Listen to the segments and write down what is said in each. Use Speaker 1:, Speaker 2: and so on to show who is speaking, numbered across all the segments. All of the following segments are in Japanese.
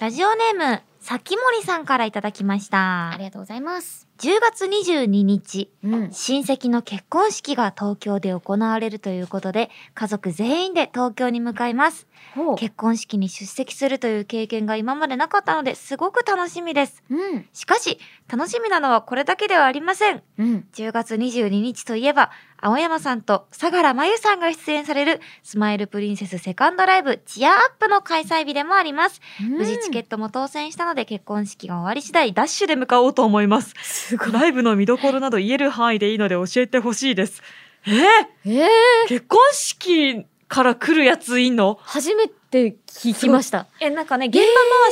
Speaker 1: ラジオネーム、さきもりさんからいただきました
Speaker 2: あ。りがとうございます。
Speaker 1: 10月22日、
Speaker 2: うん。
Speaker 1: 親戚の結婚式が東京で行われるということで、家族全員で東京に向かいます。
Speaker 2: ほう。
Speaker 1: 結婚式に出席するという経験が今までなかったのですごく楽しみです。
Speaker 2: うん。
Speaker 1: しかし、楽しみなのはこれだけではありません。
Speaker 2: うん。
Speaker 1: 10月22日といえば、青山さんと相良真由さんが出演される、スマイルプリンセスセカンドライブチアアップの開催日でもあります。無事チケッ
Speaker 2: ト。
Speaker 1: トも当選したので結婚式が終わり次第ダッシュで向かおうと思います。
Speaker 2: すごい。
Speaker 1: ライブの見どころなど言える範囲でいいので教えてほしい です。えー、
Speaker 2: ええ
Speaker 1: 結婚式から来るやついんの
Speaker 2: 初めて聞きました。
Speaker 1: え、なんかね、現場回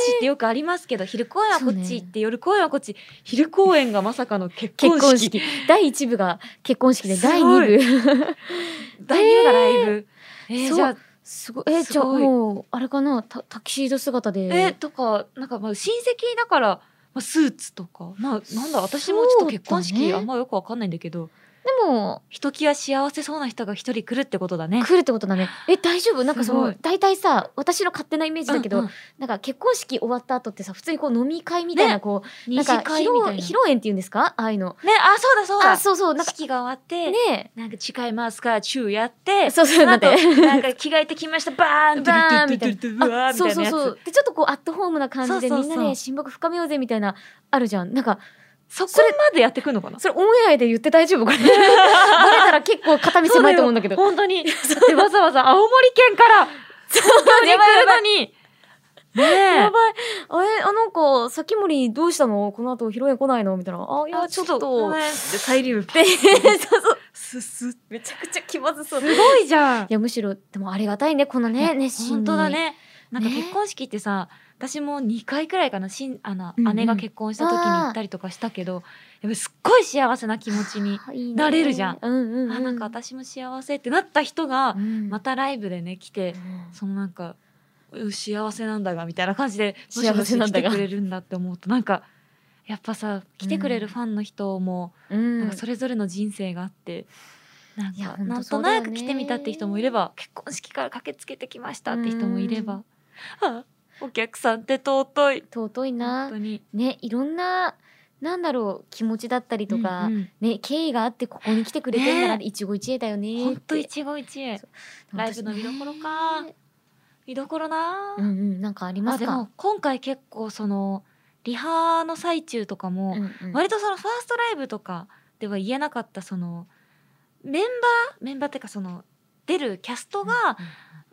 Speaker 1: しってよくありますけど、昼公演はこっ
Speaker 2: そう
Speaker 1: ち
Speaker 2: ね
Speaker 1: 行って、夜公演はこっち、昼公演がまさかの結婚
Speaker 2: 結
Speaker 1: 式。
Speaker 2: 婚式。第一部が結婚式で、
Speaker 1: すごい
Speaker 2: 第二部。
Speaker 1: 第2がライブ。えー
Speaker 2: そう
Speaker 1: じゃあ、
Speaker 2: すごい。 え、
Speaker 1: す
Speaker 2: じゃあ
Speaker 1: ごい
Speaker 2: もう、あれかな、タタキシード姿で。
Speaker 1: えーとか、なんかまあ親戚だから、まあ、スーツとか、まあ、なんだ、私もちょっと結婚
Speaker 2: そうだ
Speaker 1: 式
Speaker 2: ね
Speaker 1: あんまよくわかんないんだけど、
Speaker 2: でも、
Speaker 1: ひときわ幸せそうな人が一人来るってことだね。
Speaker 2: 来るってことだね。え、大丈夫なんかそ
Speaker 1: すご
Speaker 2: の
Speaker 1: い、
Speaker 2: 大体さ、私の勝手なイメージだけど、
Speaker 1: うんうん
Speaker 2: なんか結婚式終わった後ってさ、普通にこう飲み会みたいな、
Speaker 1: ね
Speaker 2: こう、
Speaker 1: 二
Speaker 2: なんか
Speaker 1: 次
Speaker 2: 披
Speaker 1: 会
Speaker 2: 露
Speaker 1: みたい
Speaker 2: 披
Speaker 1: な。
Speaker 2: 露宴っていうんですかああいうの。
Speaker 1: ね、あ、そうだそうだ。
Speaker 2: あ、そうそう、なんか、
Speaker 1: 式が終わって、
Speaker 2: ね
Speaker 1: なんか誓いますから、チューやって、
Speaker 2: そうそう、
Speaker 1: な
Speaker 2: なんん
Speaker 1: か
Speaker 2: て。
Speaker 1: なんか着替えてきました、バーン
Speaker 2: バーンみたいな
Speaker 1: な。うわーみたいなや
Speaker 2: そうそう
Speaker 1: つ
Speaker 2: そ。うでちょっとこうアットホームな感じで
Speaker 1: そうそう
Speaker 2: み
Speaker 1: そうん
Speaker 2: なで親睦深めようぜみたいなあるじゃんなんか
Speaker 1: そこまでやってくんのかな
Speaker 2: それオンエアで言って 大丈夫これバレたら結構片道狭いと思うんだけど
Speaker 1: 本当に。だってわざわざ青森県から、東京に来るのに。ね
Speaker 2: やばいあれあなんかさきもりどうしたのこの後披露宴来ないのみたいなあい
Speaker 1: え。
Speaker 2: やちょっと
Speaker 1: で、サイリウム。
Speaker 2: でそうそう
Speaker 1: すす。
Speaker 2: めちゃくちゃ気まず そう
Speaker 1: すごいじゃん
Speaker 2: い。やむしろでもありがたいねこのね熱心に
Speaker 1: 本当だね。なんか
Speaker 2: ね
Speaker 1: 結婚式ってさ、私も2回くらいかな、しんあの
Speaker 2: うんうん
Speaker 1: 姉が結婚した時に行ったりとかしたけど、やっぱすっごい幸せな気持ちに。
Speaker 2: あいいね
Speaker 1: なれるじゃん
Speaker 2: うんうん、うん、
Speaker 1: あ、なんか私も幸せってなった人が、ま
Speaker 2: ま
Speaker 1: たライブでね、来て、そのなんか、う幸せなんだがみたいな感じで、むし
Speaker 2: 幸
Speaker 1: ろ
Speaker 2: せな
Speaker 1: 来
Speaker 2: んだ
Speaker 1: て
Speaker 2: が
Speaker 1: くれるんだって思うと、なんか、やっぱさ、来てくれるファンの人も、
Speaker 2: うん
Speaker 1: なんかそれぞれの人生があって、なん
Speaker 2: いや
Speaker 1: か、
Speaker 2: ほん
Speaker 1: なん
Speaker 2: とそ
Speaker 1: と
Speaker 2: うだよ
Speaker 1: な
Speaker 2: ね
Speaker 1: く来てみたって人もいれば、結婚式から駆けつけてきましたって人もいれば、あ、お客さんって尊い。
Speaker 2: 尊い
Speaker 1: 本
Speaker 2: な
Speaker 1: 当に。
Speaker 2: ねいろんななんだろう気持ちだったりとか、
Speaker 1: うんうん
Speaker 2: ね経緯があってここに来てくれてるなら
Speaker 1: ね
Speaker 2: 一期一会だよね
Speaker 1: ほんと
Speaker 2: って
Speaker 1: 一期一会
Speaker 2: そ。
Speaker 1: ライブの見どころか
Speaker 2: ね
Speaker 1: 見どころな
Speaker 2: うんうんなんかありま
Speaker 1: あ
Speaker 2: す
Speaker 1: で
Speaker 2: か
Speaker 1: も今回結構そのリハの最中とかも、
Speaker 2: うんうん
Speaker 1: 割とそのファーストライブとかでは言えなかったそのメンバーメンバーっていうかその出るキャストが、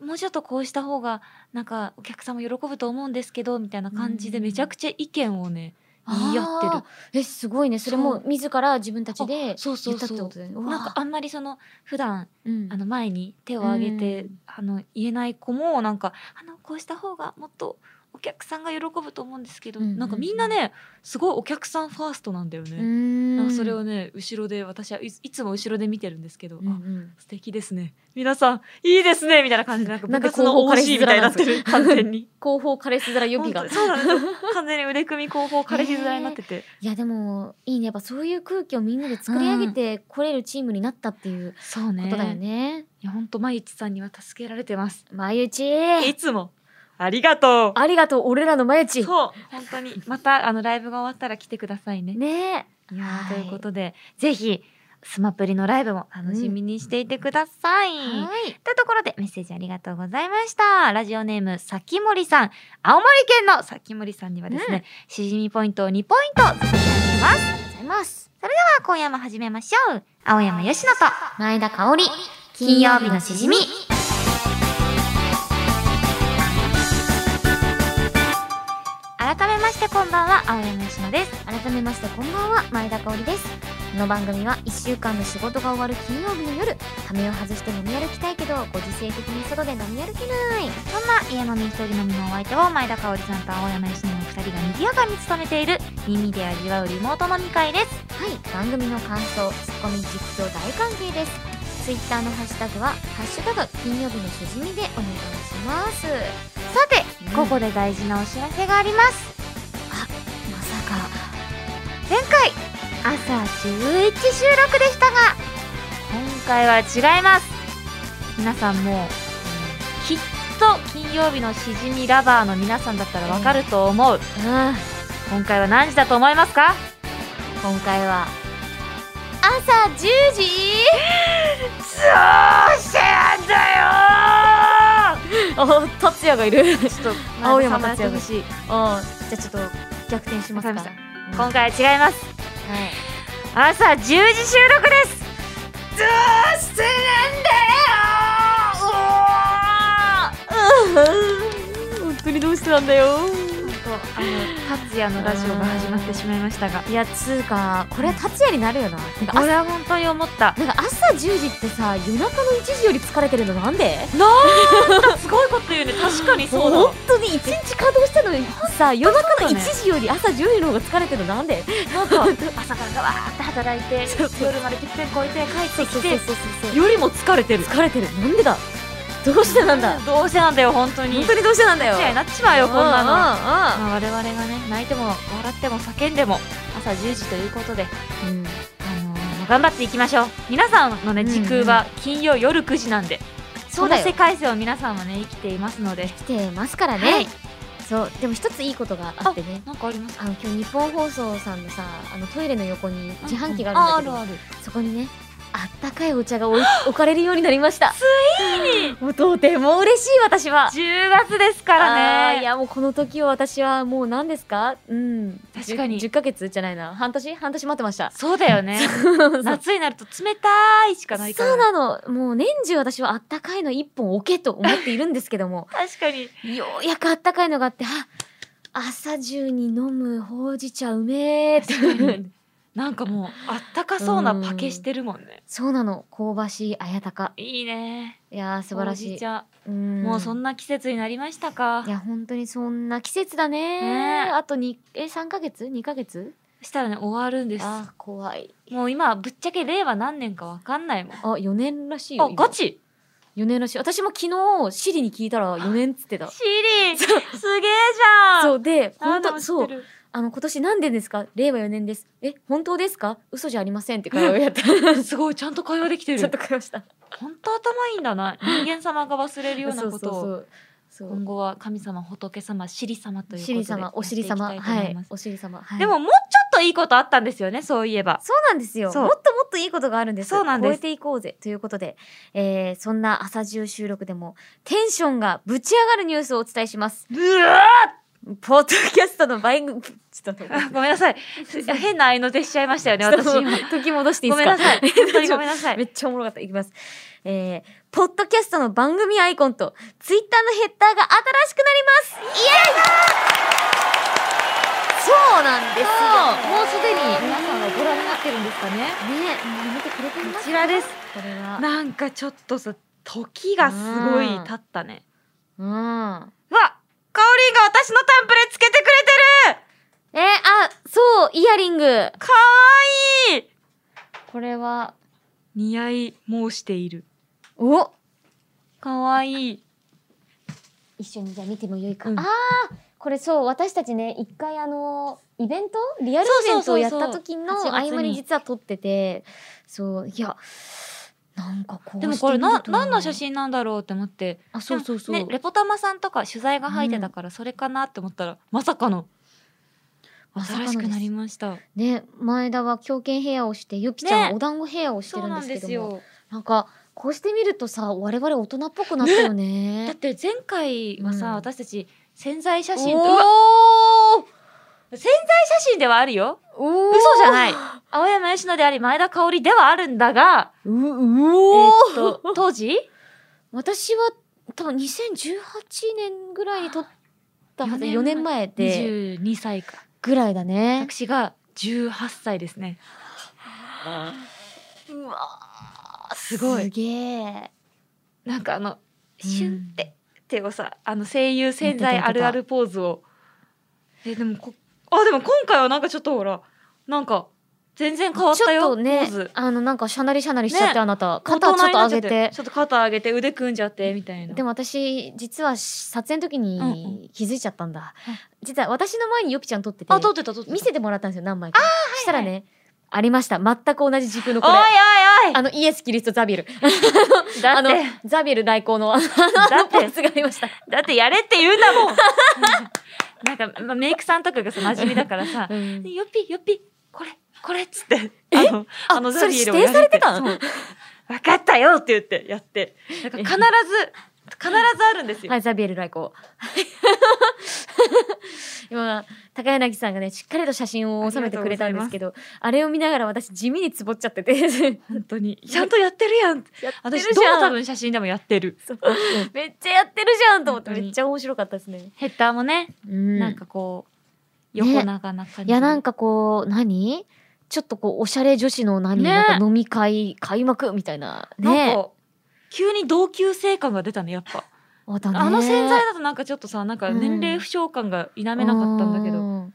Speaker 1: もうちょっとこうした方がなんかお客さんも喜ぶと思うんですけどみたいな感じで
Speaker 2: うん
Speaker 1: めちゃくちゃ意見をね、
Speaker 2: うんうん
Speaker 1: 言い合ってる
Speaker 2: あーえすごいねそれも自ら自分たちで
Speaker 1: そうそ
Speaker 2: 言
Speaker 1: う
Speaker 2: ったって
Speaker 1: そ
Speaker 2: こ
Speaker 1: う
Speaker 2: とだよね
Speaker 1: なんかあんまりその普段あ
Speaker 2: あ
Speaker 1: の前に手を挙げて、
Speaker 2: うん
Speaker 1: あの言えない子もなんかあのこうした方がもっとお客さんが喜ぶと思うんですけど、
Speaker 2: うんうんうん
Speaker 1: なんかみんなねすごいお客さんファーストなんだよね。
Speaker 2: ん
Speaker 1: なんかそれをね後ろで私はいいつも後ろで見てるんですけど、
Speaker 2: うんう
Speaker 1: あ
Speaker 2: ん
Speaker 1: 素敵ですね皆さんいいですねみたいな感じでなんか部
Speaker 2: なんか
Speaker 1: 活の
Speaker 2: 広報
Speaker 1: OC みたいになってる
Speaker 2: 彼
Speaker 1: 完
Speaker 2: 氏面
Speaker 1: 全に
Speaker 2: 後方彼氏面予備が
Speaker 1: 本当そうなんですよ完全に腕組み後方彼氏面になってて、
Speaker 2: いやでもいいねやっぱそういう空気をみんなで作り上げてこれるチームになったっていう
Speaker 1: そうね
Speaker 2: ことだよね
Speaker 1: いや本当毎日さんには助けられてます
Speaker 2: まゆち
Speaker 1: いつもありがと
Speaker 2: ありがとう俺らのまゆ
Speaker 1: う
Speaker 2: ち
Speaker 1: そう本当にまたあのライブが終わったら来てくださいね
Speaker 2: ね
Speaker 1: いやー
Speaker 2: はい
Speaker 1: ということでぜひスマプリのライブも楽しみにしていてください、
Speaker 2: はい
Speaker 1: というところでメッセージありがとうございました。ラジオネーム、さきもりさん。青森県のさきもりさんにはですね、
Speaker 2: うん
Speaker 1: しじみポイントを2ポイント差し上げます。さ
Speaker 2: ありがとうございます
Speaker 1: あ、今夜も始めましょう。青山よしのと、
Speaker 2: 前田香織
Speaker 1: 金曜日のしじみ。改めましてこんばんは、青山よしのです。
Speaker 2: 改めましてこんばんは前田香織ですこの番組は1週間の仕事が終わる金曜日の夜羽目を外して飲み歩きたいけどご時世的に外で飲み歩けない
Speaker 1: そんな家飲み一人飲みのお相手を前田香織さんと青山よしのお二人が賑やかに務めている耳で味わうリモート飲み会です。
Speaker 2: はい、番組の感想、ツッコミ、実況大歓迎です。ツイッターのハッシュタグは、ハッシュタグ、金曜日のしじみでお願いします。
Speaker 1: さて、
Speaker 2: うん
Speaker 1: ここで大事なお知らせがあります。
Speaker 2: まさか、
Speaker 1: 前回朝11収録でしたが今回は違います皆さんもう切っと金曜日のしじみラバーの皆さんだったらわかると思う
Speaker 2: うん
Speaker 1: 今回は何時だと思いますか
Speaker 2: 今回は朝10時
Speaker 1: そうしだよ
Speaker 2: お達也がいる
Speaker 1: ちょっと
Speaker 2: 青山
Speaker 1: 前田さんもやってほしい
Speaker 2: あじゃあちょっと逆転しますか
Speaker 1: わかり
Speaker 2: うん
Speaker 1: 今回は違います
Speaker 2: はい
Speaker 1: 朝10時収録ですどうしてなんだよ
Speaker 2: 本当にどうしてなんだよ
Speaker 1: とあの達也のラジオが始まってしまいましたが
Speaker 2: いやつうかこれ達也になるよななんか
Speaker 1: これは本当に思った
Speaker 2: 朝なんか朝10時ってさ夜中の1時より疲れてるのなんで
Speaker 1: すごいこと言うね確かにそうだ
Speaker 2: 本
Speaker 1: わ
Speaker 2: 当に一日稼働したのにさ夜中の
Speaker 1: そうだね
Speaker 2: 1時より朝10時の方が疲れてるのなんで
Speaker 1: なんか朝からガワーって働いて
Speaker 2: そうそう
Speaker 1: 夜までてっぺん越えて帰ってき
Speaker 2: そう
Speaker 1: て
Speaker 2: そうそうそう
Speaker 1: よりも疲れてる
Speaker 2: 疲れてるなんでだどうしてなんだ
Speaker 1: どうせなんだよ本当に
Speaker 2: 本当にどうしてなんだよ
Speaker 1: 達也になっちまうよこんなの
Speaker 2: な
Speaker 1: まあ、我々がね泣いても笑っても叫んでも朝10時ということで、
Speaker 2: のうん
Speaker 1: あのー頑張っていきましょう皆さんのね
Speaker 2: うんうん
Speaker 1: 時空は金曜夜9時なんで、
Speaker 2: そうだ
Speaker 1: この世
Speaker 2: よ
Speaker 1: 界線を皆さんはね生きていますので
Speaker 2: 来てますからね、
Speaker 1: はい
Speaker 2: そうでも一ついいことがあってね
Speaker 1: なんかあります
Speaker 2: あの今日日本放送さんのさあのトイレの横に自販機があるんだけど、
Speaker 1: ある
Speaker 2: そこにねあったかいお茶が置い置かれるようになりましたついに もうとても嬉しい私は
Speaker 1: 10月ですから
Speaker 2: あーい
Speaker 1: ね
Speaker 2: やもうこの時を私はもう何ですかうん
Speaker 1: 確かに
Speaker 2: じゅ 10, ヶ月じゃないな半年半年待ってました
Speaker 1: そうだよね夏になると冷たいしかないか
Speaker 2: そう
Speaker 1: ら
Speaker 2: なのもう年中私はあったかいの一本置けと思っているんですけども
Speaker 1: 確かに
Speaker 2: ようやくあったかいのがあってあ朝中に飲むほうじ茶うめーって
Speaker 1: 確かになんかもうあったかそうなパケしてるもんね
Speaker 2: そうなの香ばしい綾鷹
Speaker 1: いいね
Speaker 2: いやー素晴ら
Speaker 1: ほう
Speaker 2: し
Speaker 1: じ
Speaker 2: い
Speaker 1: 茶
Speaker 2: うん
Speaker 1: もうそんな季節になりましたか
Speaker 2: いや本当にそんな季節だね
Speaker 1: ねえ
Speaker 2: あとにえ三ヶ月二ヶ月
Speaker 1: そしたらね終わるんです
Speaker 2: あー怖い
Speaker 1: もう今ぶっちゃけ令和何年かわかんないもん
Speaker 2: あ四年らしいよ
Speaker 1: あガチ
Speaker 2: 4年らしい私も昨日シリに聞いたら4年っつってた
Speaker 1: シリ ーすげえじゃん
Speaker 2: そうで
Speaker 1: あな
Speaker 2: 本
Speaker 1: たも
Speaker 2: 当
Speaker 1: 知
Speaker 2: そ
Speaker 1: っ
Speaker 2: う
Speaker 1: てる
Speaker 2: あの今年何年ですか令和4年ですえ本当ですか嘘じゃありま せんって会話をやったち
Speaker 1: すごいちゃんと会話できて
Speaker 2: ょっ
Speaker 1: る
Speaker 2: と会話した
Speaker 1: 本当頭いいんだ な人間様が忘れるような
Speaker 2: そう
Speaker 1: こ
Speaker 2: そ
Speaker 1: と
Speaker 2: うそ
Speaker 1: を
Speaker 2: うそ
Speaker 1: 今
Speaker 2: う
Speaker 1: 後は神様仏様シリ様ということ
Speaker 2: シ
Speaker 1: で
Speaker 2: リ様お尻様
Speaker 1: やっていきた
Speaker 2: は
Speaker 1: と
Speaker 2: い
Speaker 1: 思い
Speaker 2: い
Speaker 1: ます
Speaker 2: お尻様はい
Speaker 1: でももうちょっといいことあったんですよねそういえば
Speaker 2: そうなんですよ。
Speaker 1: そう
Speaker 2: もっともっといいことがあるんです。
Speaker 1: そうなんです
Speaker 2: 超えていこうぜということで、えー、そんな朝中収録でもテンションがぶち上がるニュースをお伝えします。
Speaker 1: うわ
Speaker 2: ポッドキャストの番組、ちょっと待って
Speaker 1: ー ごめん なさい変な合いの手しちゃいましたよね私
Speaker 2: ちょっ
Speaker 1: 今
Speaker 2: と時戻していい
Speaker 1: ご
Speaker 2: です
Speaker 1: めん
Speaker 2: か
Speaker 1: なさい本当にごめんなさい
Speaker 2: めっちゃおもろかった。いきます。えー、ポッドキャストの番組アイコンと、ツイッターのヘッダーが新しくなりますイエイそうなんですよ。
Speaker 1: もうすでに皆さんはご覧になってるんですかね
Speaker 2: ねえ、見てくれてま
Speaker 1: こ
Speaker 2: す
Speaker 1: ちらです
Speaker 2: これは。
Speaker 1: なんかちょっとさ時がすごい経ったね
Speaker 2: うん。
Speaker 1: うわカオリンが私のタンプレつけてくれてる
Speaker 2: えーあ、そう、イヤリング。
Speaker 1: かわいい
Speaker 2: これは、
Speaker 1: 似合い申している
Speaker 2: お
Speaker 1: かわいい
Speaker 2: 一緒にじゃあ見てもよいか。
Speaker 1: うん
Speaker 2: ああ、これそう、私たちね、一回あの、イベントリアルイベントをやった時
Speaker 1: そ
Speaker 2: の
Speaker 1: うそうそうそう
Speaker 2: 合
Speaker 1: 8月に
Speaker 2: 間に実は撮ってて、そう、いや、なんかこうしてみ
Speaker 1: でも
Speaker 2: ると。
Speaker 1: これな何の写真なんだろうって思って
Speaker 2: あ、そうそうそう。
Speaker 1: でもねレポタマさんとか取材が入ってたからそれかなって思ったら、まさかの
Speaker 2: まさかの
Speaker 1: 新
Speaker 2: です
Speaker 1: しくなりました
Speaker 2: ね、前田は狂犬ヘアをして、ゆきちゃんは
Speaker 1: ね
Speaker 2: お団子ヘアをして
Speaker 1: そ
Speaker 2: る
Speaker 1: うんな
Speaker 2: で
Speaker 1: ん
Speaker 2: す
Speaker 1: で
Speaker 2: け
Speaker 1: す
Speaker 2: ども。
Speaker 1: よ
Speaker 2: なんか、こうしてみるとさ、我々大人っぽくなったよね。
Speaker 1: だって前回はさ、
Speaker 2: うん
Speaker 1: 私たち潜在写真とうわ
Speaker 2: おー
Speaker 1: 潜在写真ではあるよ
Speaker 2: おー
Speaker 1: 嘘じゃない青山佳乃であり前田香織ではあるんだが
Speaker 2: う、
Speaker 1: え
Speaker 2: う
Speaker 1: ーっと当時
Speaker 2: 私は多分2018年ぐらいに撮ったはず4年前で
Speaker 1: 22歳か
Speaker 2: ぐらいだね
Speaker 1: 私が18歳ですね
Speaker 2: うわ
Speaker 1: すごい
Speaker 2: すげえ
Speaker 1: なんかあのシュンって、手をさあの声優潜在あるあるポーズをえでもこあでも今回はなんかちょっとほらなんか全然変わっ
Speaker 2: ち
Speaker 1: た
Speaker 2: ょっ
Speaker 1: よ
Speaker 2: とね
Speaker 1: ポーズ
Speaker 2: あのなんかシャナリシャナリしちゃって、
Speaker 1: ね
Speaker 2: あなた肩をちょっと上げて
Speaker 1: ちょっと肩上げて腕組んじゃってみたいな
Speaker 2: でも私実は撮影の時
Speaker 1: うん
Speaker 2: に気づいちゃったんだ、
Speaker 1: うん
Speaker 2: 実は私の前にヨピちゃん撮ってて
Speaker 1: あ撮ってた撮ってた
Speaker 2: 見せてもらったんですよ何枚か、そしたらねありました。全く同じ軸のこ
Speaker 1: おい
Speaker 2: れ。
Speaker 1: おいお
Speaker 2: あ
Speaker 1: い
Speaker 2: の、イエス・キリスト・ザビエル。
Speaker 1: だ
Speaker 2: あ
Speaker 1: っ
Speaker 2: の
Speaker 1: て、
Speaker 2: ザビエル代行の、あ
Speaker 1: だ
Speaker 2: の、
Speaker 1: っ
Speaker 2: ポー
Speaker 1: て
Speaker 2: ズがありました。
Speaker 1: だってやれって言うんだもん なんか、まあ、メイクさんとかがさ真面目だからさ
Speaker 2: うん
Speaker 1: でよっぴよっぴこれこれっつってあの
Speaker 2: あ
Speaker 1: あの
Speaker 2: そ
Speaker 1: ザ
Speaker 2: れ
Speaker 1: ビエル
Speaker 2: 指
Speaker 1: を
Speaker 2: 定
Speaker 1: や
Speaker 2: され
Speaker 1: れ
Speaker 2: て
Speaker 1: て
Speaker 2: た
Speaker 1: た
Speaker 2: んは
Speaker 1: 分かったよって言ってやってなんか必ず必ずあるんですよ、
Speaker 2: い、ザビエル代行。 今、高柳さんがね、しっかりと写真を収めてくれたんですけど、あれを見ながら私地味につぼっちゃ ってて。
Speaker 1: 本当にちゃんとやってるやん
Speaker 2: やってる
Speaker 1: 私
Speaker 2: じ
Speaker 1: ど
Speaker 2: ゃ
Speaker 1: の多
Speaker 2: ん
Speaker 1: 分写真でもやってる
Speaker 2: めっちゃやってるじゃんと思って、
Speaker 1: 本当に
Speaker 2: めっちゃ面白かったですね。
Speaker 1: ヘッダーもね、
Speaker 2: な
Speaker 1: なんんか
Speaker 2: か
Speaker 1: こう
Speaker 2: ね
Speaker 1: 横長な感じ
Speaker 2: いやなん
Speaker 1: か
Speaker 2: かこう何ちょっとこうおしゃれ女子の何、
Speaker 1: ね
Speaker 2: なんか飲み会開幕みたいな
Speaker 1: なん
Speaker 2: ね
Speaker 1: か急に同級生感が出たねやっぱ
Speaker 2: あだね
Speaker 1: あの洗剤だとなんかちょっとさなんか年齢不詳感が否めなかったんだけ
Speaker 2: う
Speaker 1: ど、
Speaker 2: ん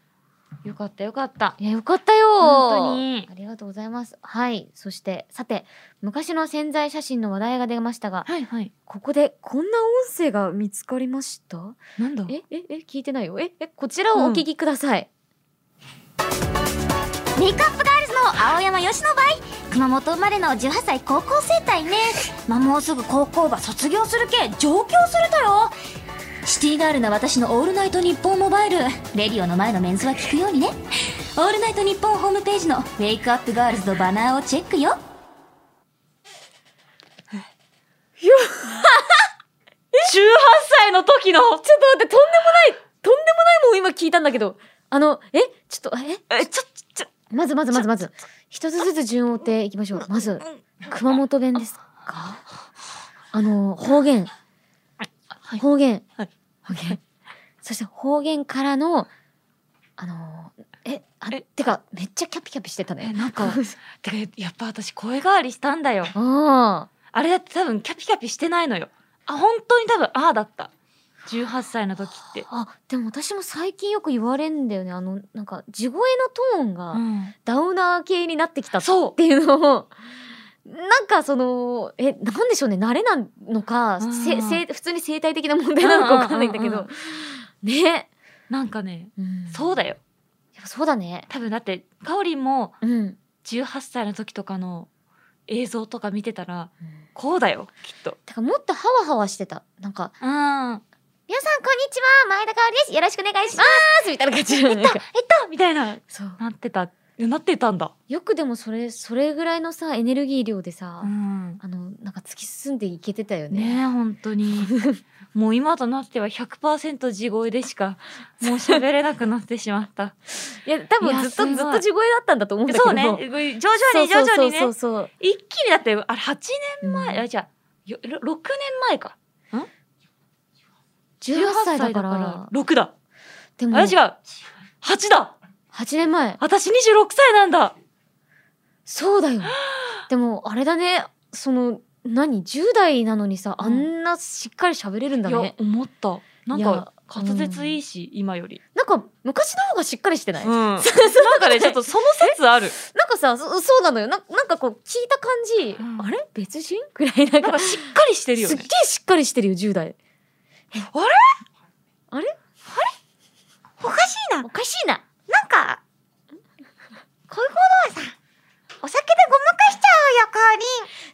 Speaker 1: よかったよかった
Speaker 2: いやよかったよ
Speaker 1: 本当に
Speaker 2: ありがとうございますはいそしてさて昔の潜在写真の話題が出ましたが
Speaker 1: はいはい
Speaker 2: ここでこんな音声が見つかりました
Speaker 1: なんだ
Speaker 2: えええ聞いてないよええこちらをお聞きください、
Speaker 3: メイクアップガールズの青山よしの場合熊本生まれの18歳高校生たいねまあもうすぐ高校ば卒業するけ上京するとよシティガールな私の「オールナイトニッポンモバイル」レディオの前のメンズは聞くようにね「オールナイトニッポン」ホームページの「ウェイクアップガールズ」のバナーをチェックよ
Speaker 1: 18歳の時の
Speaker 2: ちょっと待ってとんでもないとんでもないもん今聞いたんだけどあのえちょっとえ
Speaker 1: えちょちょ
Speaker 2: まずまずまずまず一つずつ順を追っていきましょうまず熊本弁ですかあの方言
Speaker 1: はい
Speaker 2: 方言
Speaker 1: はい
Speaker 2: 方言そして方言からのあのえあ
Speaker 1: え
Speaker 2: てかめっちゃキャピキャピしてた
Speaker 1: え
Speaker 2: ね
Speaker 1: なんかてかやっぱ私声変わりしたんだよ
Speaker 2: あ
Speaker 1: あれだって多分キャピキャピしてないのよあ本当に多分ああだった18歳の時って
Speaker 2: あ、あでも私も最近よく言われんだよねあのなんか地声のトーンが
Speaker 1: うん
Speaker 2: ダウナー系になってきたっ
Speaker 1: そう
Speaker 2: ていうのをなんかそのえなんでしょうね慣れなのか、
Speaker 1: うん
Speaker 2: せせ普通に生態的な問題なのかわかんないんだけど、
Speaker 1: うんうん
Speaker 2: ね、
Speaker 1: なんかね
Speaker 2: そ
Speaker 1: そうう
Speaker 2: だ
Speaker 1: だよ
Speaker 2: やっぱそうだね
Speaker 1: 多分だってかおりんも
Speaker 2: うん
Speaker 1: 18歳の時とかの映像とか見てたらこうだよきっと
Speaker 2: だからもっとハワハワしてたなんか
Speaker 1: うん
Speaker 2: 「皆さんこんにちは前田香織ですよろしくお願いします」みたいな感じで、なんか
Speaker 1: えったみたいな
Speaker 2: そう
Speaker 1: なってたなってたんだ
Speaker 2: よくでもそれそれぐらいのさエネルギー量でさ、
Speaker 1: ん
Speaker 2: あのなんか突き進んでいけてたよ
Speaker 1: ねえ本当にもう今となっては100%地声でしかもう喋れなくなってしまった
Speaker 2: いや多
Speaker 1: い
Speaker 2: 分
Speaker 1: や
Speaker 2: ずっと
Speaker 1: す
Speaker 2: ずっ
Speaker 1: ごい
Speaker 2: と地声だったんだと思うんだけど
Speaker 1: そうね徐々に徐々にね
Speaker 2: そうそうそう
Speaker 1: 一気にだってあれ8
Speaker 2: そう
Speaker 1: 年前、あじゃあよろ6年前か
Speaker 2: 18歳だから
Speaker 1: 6だ
Speaker 2: でも
Speaker 1: あれ違う8だ
Speaker 2: 8年前
Speaker 1: 私26歳なんだ
Speaker 2: そうだよでもあれだねその何10代なのにさ
Speaker 1: うん
Speaker 2: あんなしっかり喋れるんだ
Speaker 1: いや
Speaker 2: ね、
Speaker 1: 思ったないん
Speaker 2: や
Speaker 1: か滑舌いいし、今 より、
Speaker 2: なんか昔の方がしっかりしてない、
Speaker 1: なんかねちょっとその説 ある
Speaker 2: なんかさそそうなのよななんかこう聞いた感じ、
Speaker 1: うん
Speaker 2: あれ別人 くらいなん
Speaker 1: な
Speaker 2: か
Speaker 1: んかしっかりしてるよ
Speaker 2: すっげ
Speaker 1: ね
Speaker 2: えしっかりしてるよ10代
Speaker 1: あれ
Speaker 2: あれ
Speaker 3: おかしいな
Speaker 2: おかしいな
Speaker 3: なんかこういうことはさお酒でごまかしちゃうよかおりん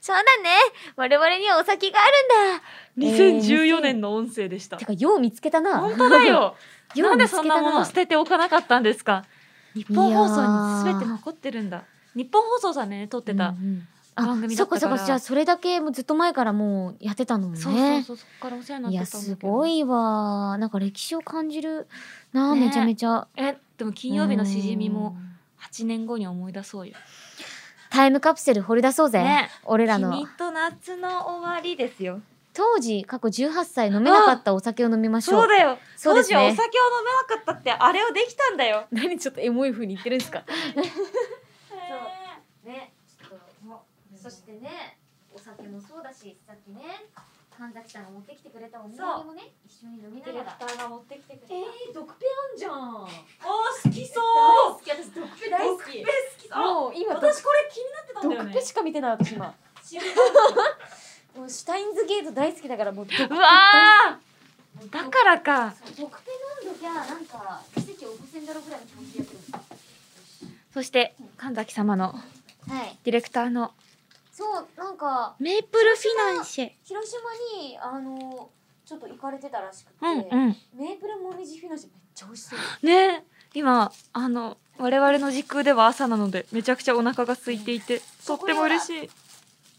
Speaker 2: そうだね我々にはお酒があるんだ
Speaker 1: 2014年の音声でした
Speaker 2: てかよう見つけたな
Speaker 1: 本当だ よ
Speaker 2: よ
Speaker 1: な
Speaker 2: うん見
Speaker 1: で
Speaker 2: つ
Speaker 1: そ
Speaker 2: けた
Speaker 1: んなもの捨てておかなかったんですか日本放送に
Speaker 2: いや
Speaker 1: 全
Speaker 2: ー
Speaker 1: て残ってるんだ日本放送さんね撮ってた
Speaker 2: うん、うんあ
Speaker 1: 番組だったから
Speaker 2: そっかそっかじゃあそれだけもうずっと前からもうやってたのもね
Speaker 1: そうそうそうそっからお世話に
Speaker 2: い
Speaker 1: な
Speaker 2: や
Speaker 1: ってたんだけ
Speaker 2: す
Speaker 1: ど
Speaker 2: ごいわなんか歴史を感じるなあ、
Speaker 1: ね
Speaker 2: めちゃめちゃ
Speaker 1: えでも金曜日のしじみも8年後に思い出そうよ
Speaker 2: タイムカプセル掘り出そうぜ、
Speaker 1: ね
Speaker 2: 俺らの
Speaker 1: 君と夏の終わりですよ
Speaker 2: 当時過去18歳飲めなかったお酒を飲みましょう
Speaker 1: そうだよ
Speaker 2: そう
Speaker 1: 当
Speaker 2: です
Speaker 1: 時はお
Speaker 2: ね
Speaker 1: 酒を飲めなかったってあれをできたんだよ
Speaker 2: 何ちょっとエモい風に言ってるんですかねちょっともうそしてねお酒もそうだしさっきね神崎さんが持ってきてくれたお土産もね一緒に飲み
Speaker 1: ディレクターが持ってきてくれた、
Speaker 2: ー、毒ペあんじゃ
Speaker 1: お
Speaker 2: ん
Speaker 1: ー好きそう
Speaker 2: 好き私毒ペ
Speaker 1: ドクペ好きそう
Speaker 2: もう今
Speaker 1: 私これ気になってたんだよね
Speaker 2: しか見てない私今もうシュタインズゲート大好きだからもう毒ペ
Speaker 1: うわーだからか
Speaker 2: 毒ペ飲んどきゃなんか奇跡起こせんだろぐらいの気持ちでやってる
Speaker 1: そして神崎様の
Speaker 4: はい。
Speaker 1: ディレクターの
Speaker 4: そう、なんか、
Speaker 1: メープルフィナンシェ。
Speaker 4: 広島に、あの、ちょっと行かれてたらしくて、
Speaker 1: うんうん。
Speaker 4: メープルもみじフィナンシェめっちゃ美味しそう。
Speaker 1: ね今あの我々の時空では朝なのでめちゃくちゃお腹が空いていてとっても嬉しい。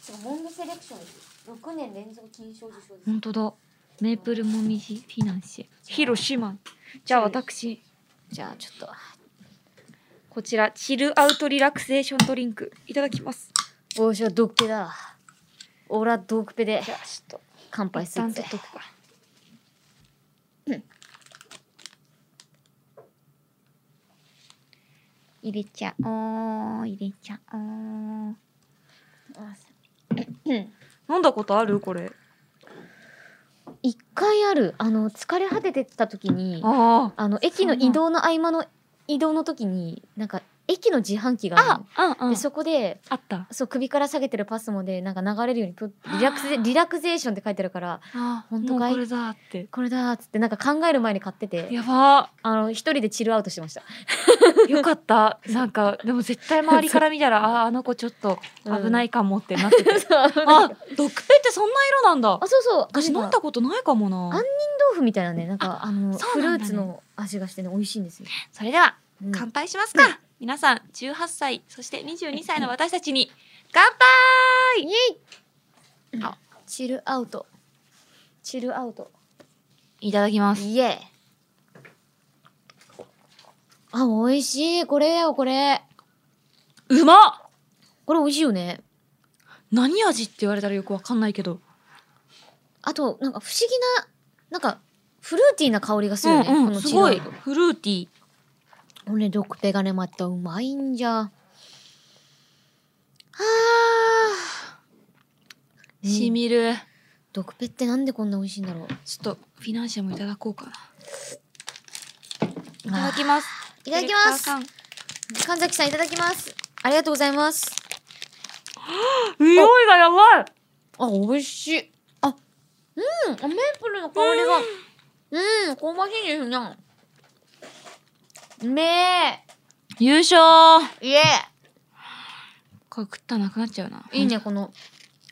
Speaker 4: しかもモンドセレクション、6年連続金賞受賞です。
Speaker 1: 本当だ。メープルもみじフィナンシェ広島。じゃあ私じゃあちょっとこちらチルアウトリラクゼーションドリンクいただきます。
Speaker 2: おしはドクペだ。オラドクペで
Speaker 1: じゃあちょっと
Speaker 2: 乾杯
Speaker 1: 一
Speaker 2: する
Speaker 1: 旦
Speaker 2: ぜ
Speaker 1: 取っ。とくか。入れちゃおう入れちゃおう。飲んだことあるこれ。
Speaker 2: 一回ある、あの、疲れ果ててた時に、
Speaker 1: あ
Speaker 2: あの、駅の移動の合間の移動の時に、なんか、駅の自販機があるの
Speaker 1: あ、うんうん
Speaker 2: で、。そこで、
Speaker 1: あった。
Speaker 2: そう、首から下げてるパスモで、なんか流れるようにプッリラクゼ、
Speaker 1: あー
Speaker 2: リラクゼーションって書いてあるから、
Speaker 1: あ
Speaker 2: 本当かい
Speaker 1: もうこれだって。
Speaker 2: これだーっつって、なんか考える前に買ってて、
Speaker 1: やば
Speaker 2: あの、一人でチルアウトしてま した。
Speaker 1: ー。よかった。なんか、でも絶対周りから見たら、ああー、あの子ちょっと危ないかもってなってて。 あ
Speaker 2: あ、、
Speaker 1: ドクペってそんな色なんだ
Speaker 2: あ。そうそう。
Speaker 1: 私飲んだことないかもな
Speaker 2: あ。豆腐みたいなね、なんか、あの、
Speaker 1: そう
Speaker 2: フ
Speaker 1: な
Speaker 2: ル
Speaker 1: んだね
Speaker 2: ーツの味がしてね、美味しいんですよ。
Speaker 1: それでは、
Speaker 2: うん
Speaker 1: 乾杯しますか。皆さん、18歳、そして22歳の私たちに、乾
Speaker 2: イ
Speaker 1: 杯
Speaker 2: エイ
Speaker 1: あ
Speaker 2: チルアウト。チルアウト。
Speaker 1: いただきます。
Speaker 2: イエイ。あ、美味しい。これよ、これ。
Speaker 1: うまっ
Speaker 2: これ美味しいよね。
Speaker 1: 何味って言われたらよくわかんないけど。
Speaker 2: あと、なんか不思議な、なんか、フルーティーな香りがするよね。
Speaker 1: うん
Speaker 2: こ
Speaker 1: う
Speaker 2: の
Speaker 1: ん、す
Speaker 2: チルア
Speaker 1: ごい。
Speaker 2: ウト。
Speaker 1: フルーティー。
Speaker 2: これ、ドクペがね、またうまいんじゃ。はー
Speaker 1: しみる。
Speaker 2: ドクペってなんでこんな美味しいんだろう。
Speaker 1: ちょっと、フィナンシェもいただこうかな。い
Speaker 2: い
Speaker 1: ただきます。
Speaker 2: いただきます。神崎さんいただきます。ありがとうございます。
Speaker 1: 匂いがやばい。
Speaker 2: あ、美味しい。あ、うん、メープルの香りが、うん、香ばしいですね。ね
Speaker 1: 優勝。
Speaker 2: え、いえ、
Speaker 1: これ食ったらなくなっちゃうな。
Speaker 2: いいね、この、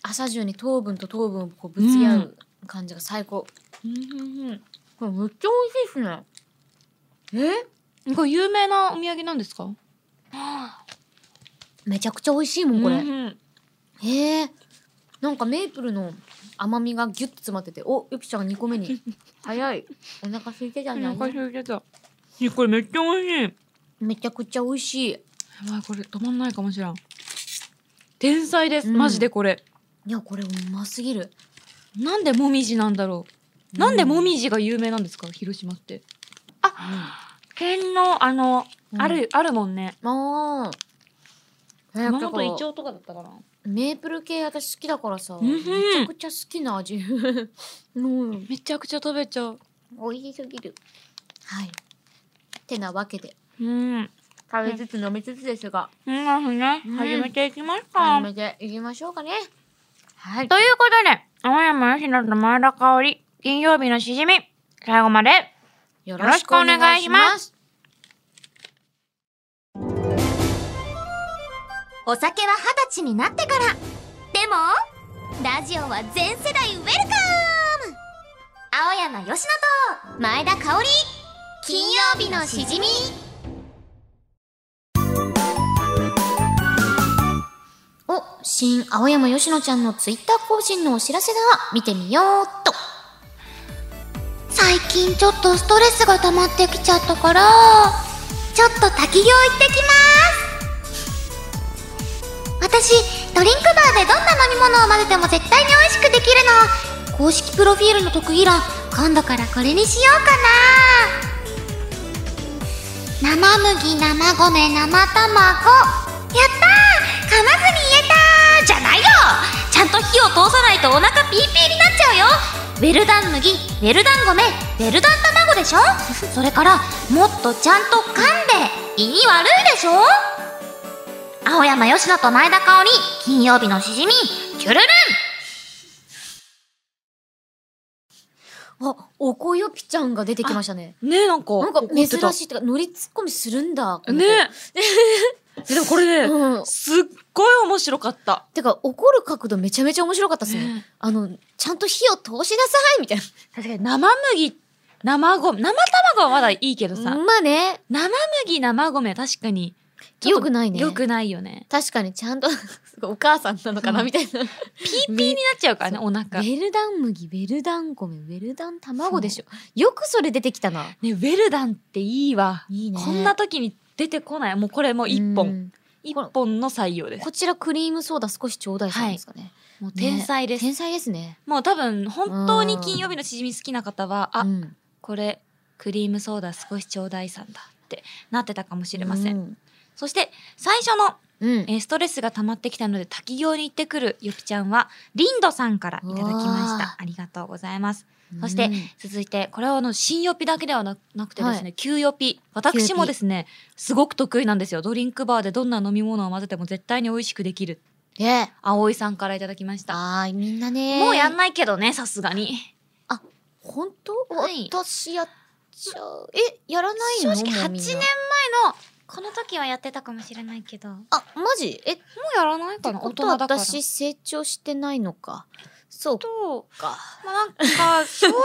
Speaker 2: 朝中に糖分と糖分をこうぶつけ合う感じが最高。
Speaker 1: うん。うんうん
Speaker 2: これめっちゃ美味しいですね。
Speaker 1: うんこれ有名なお土産なんですか？
Speaker 2: えめちゃくちゃ美味しいもん、これ。
Speaker 1: うんうん
Speaker 2: へえ、なんかメープルの甘みがギュッと詰まってて、お、ゆきちゃんが2個目に。 早い。お腹空いてたん
Speaker 1: お
Speaker 2: だ
Speaker 1: 腹
Speaker 2: ね。
Speaker 1: 空いてた。ねこれめっちゃ美味しい。や
Speaker 2: めちゃくちゃ美味しい。
Speaker 1: ばいこれ止まんないかもしれん。天才です。
Speaker 2: うん
Speaker 1: マジでこれ。
Speaker 2: いや、これうますぎる。
Speaker 1: なんでもみじなんだろう。なんでもみじが有名なんですか？広島って。県のあの、
Speaker 2: うん
Speaker 1: あるあるもんね。
Speaker 2: ああ。え
Speaker 1: 熊
Speaker 2: だか
Speaker 1: 本
Speaker 2: ら
Speaker 1: イチョウとかだったかな。
Speaker 2: メープル系私好きだからさ、
Speaker 1: ん
Speaker 2: めちゃくちゃ好きな味。 うん、
Speaker 1: めちゃくちゃ食べちゃう。
Speaker 2: 美味しすぎる。はい。てなわけで、
Speaker 1: うん。
Speaker 2: 食べつつ飲みつつですが、
Speaker 1: そんなふうね、
Speaker 2: うん
Speaker 1: 始めていきますか。
Speaker 2: 始めていきましょうかね。はい。
Speaker 1: ということで、青山よしのと前田香織、金曜日のしじみ、最後まで。
Speaker 2: よ。
Speaker 1: ろしくお願いします
Speaker 4: お酒は二十歳になってから。でも、ラジオは全世代ウェルカム青山よしのと、前田香織、金曜日のしじみ。
Speaker 2: お、新青山よしのちゃんのツイッター更新のお知らせだ。見てみようっと。
Speaker 4: 最近ちょっとストレスが溜まってきちゃったから、ちょっと滝行行ってきます私、ドリンクバーでどんな飲み物を混ぜても絶対に美味しくできるの。公式プロフィールの特技欄、今度からこれにしようかな。生麦生米生卵やったーかまずに言えたーじゃないよちゃんと火を通さないとお腹ピーピーになっちゃうよウェルダン麦ウェルダン米ウェルダン卵でしょそれからもっとちゃんと噛んで胃に悪いでしょ青山よしのと前田香織金曜日のしじみキュルルン
Speaker 2: あ、おこよぴちゃんが出てきましたね。
Speaker 1: ねなんか、
Speaker 2: なんか
Speaker 1: 怒ってた
Speaker 2: 珍しいってか、乗りツッコミするんだ。この子
Speaker 1: ねえでもこれね、
Speaker 2: うん。
Speaker 1: すっごい面白かった。
Speaker 2: てか、怒る角度めちゃめちゃ面白かったです
Speaker 1: ね
Speaker 2: ね。あの、ちゃんと火を通しなさいみたい
Speaker 1: 確かに生麦、生米、生卵はまだいいけどさ、
Speaker 2: な。まあね。
Speaker 1: 生麦、生米は確かに、ちょっと
Speaker 2: よくないね。
Speaker 1: 良くないよね。
Speaker 2: 確かにちゃんと すごいお母さんなのかなみたいな。
Speaker 1: ピーピーになっちゃうからね、お腹。ね、
Speaker 2: ベルダン麦、ベルダン米、ベルダン卵でしょ。よくそれ出てきたな。
Speaker 1: ウェルダンっていいわ。
Speaker 2: いいね。
Speaker 1: こんな時に出てこない。もうこれもう一
Speaker 2: う
Speaker 1: 本。
Speaker 2: ん
Speaker 1: 一本の採用です。
Speaker 2: こちらクリームソーダ少しちょうだいさんですかね。
Speaker 1: もう天才です。
Speaker 2: 天才ですね。
Speaker 1: もう多分、本当に金曜日のしじみ好きな方は、あ、
Speaker 2: うん
Speaker 1: これ、クリームソーダ少しちょうだいさんだってなってたかもしれません。
Speaker 2: うん。
Speaker 1: そして、最初の
Speaker 2: うん
Speaker 1: えーストレスが溜まってきたので滝行に行ってくるゆぴちゃんはリンドさんからいただきまし
Speaker 2: う
Speaker 1: た
Speaker 2: わ
Speaker 1: ありがとうございますそし
Speaker 2: う
Speaker 1: て
Speaker 2: ん
Speaker 1: 続いてこれはあの新予備だけではななくてです
Speaker 2: は
Speaker 1: ね旧予備私もですねすごく得意なんですよドリンクバーでどんな飲み物を混ぜても絶対に美味しくできる
Speaker 2: え
Speaker 1: 葵さんからいただきました
Speaker 2: あーみんなね。
Speaker 1: もうやん
Speaker 2: ない。
Speaker 1: ないけどねさすがに
Speaker 2: 本当
Speaker 1: はい
Speaker 2: 私やっちゃう。え、やらない
Speaker 1: 正
Speaker 2: の
Speaker 1: 直
Speaker 2: も
Speaker 1: 8
Speaker 2: うみんな
Speaker 1: 年前のこの時はやってたかもしれないけども
Speaker 2: あ、マジえ、って
Speaker 1: うやらないかな
Speaker 2: こ
Speaker 1: 大
Speaker 2: と
Speaker 1: 人
Speaker 2: は
Speaker 1: だから
Speaker 2: 私成長してないのか。そう
Speaker 1: と
Speaker 2: か。
Speaker 1: まあ、なん か正直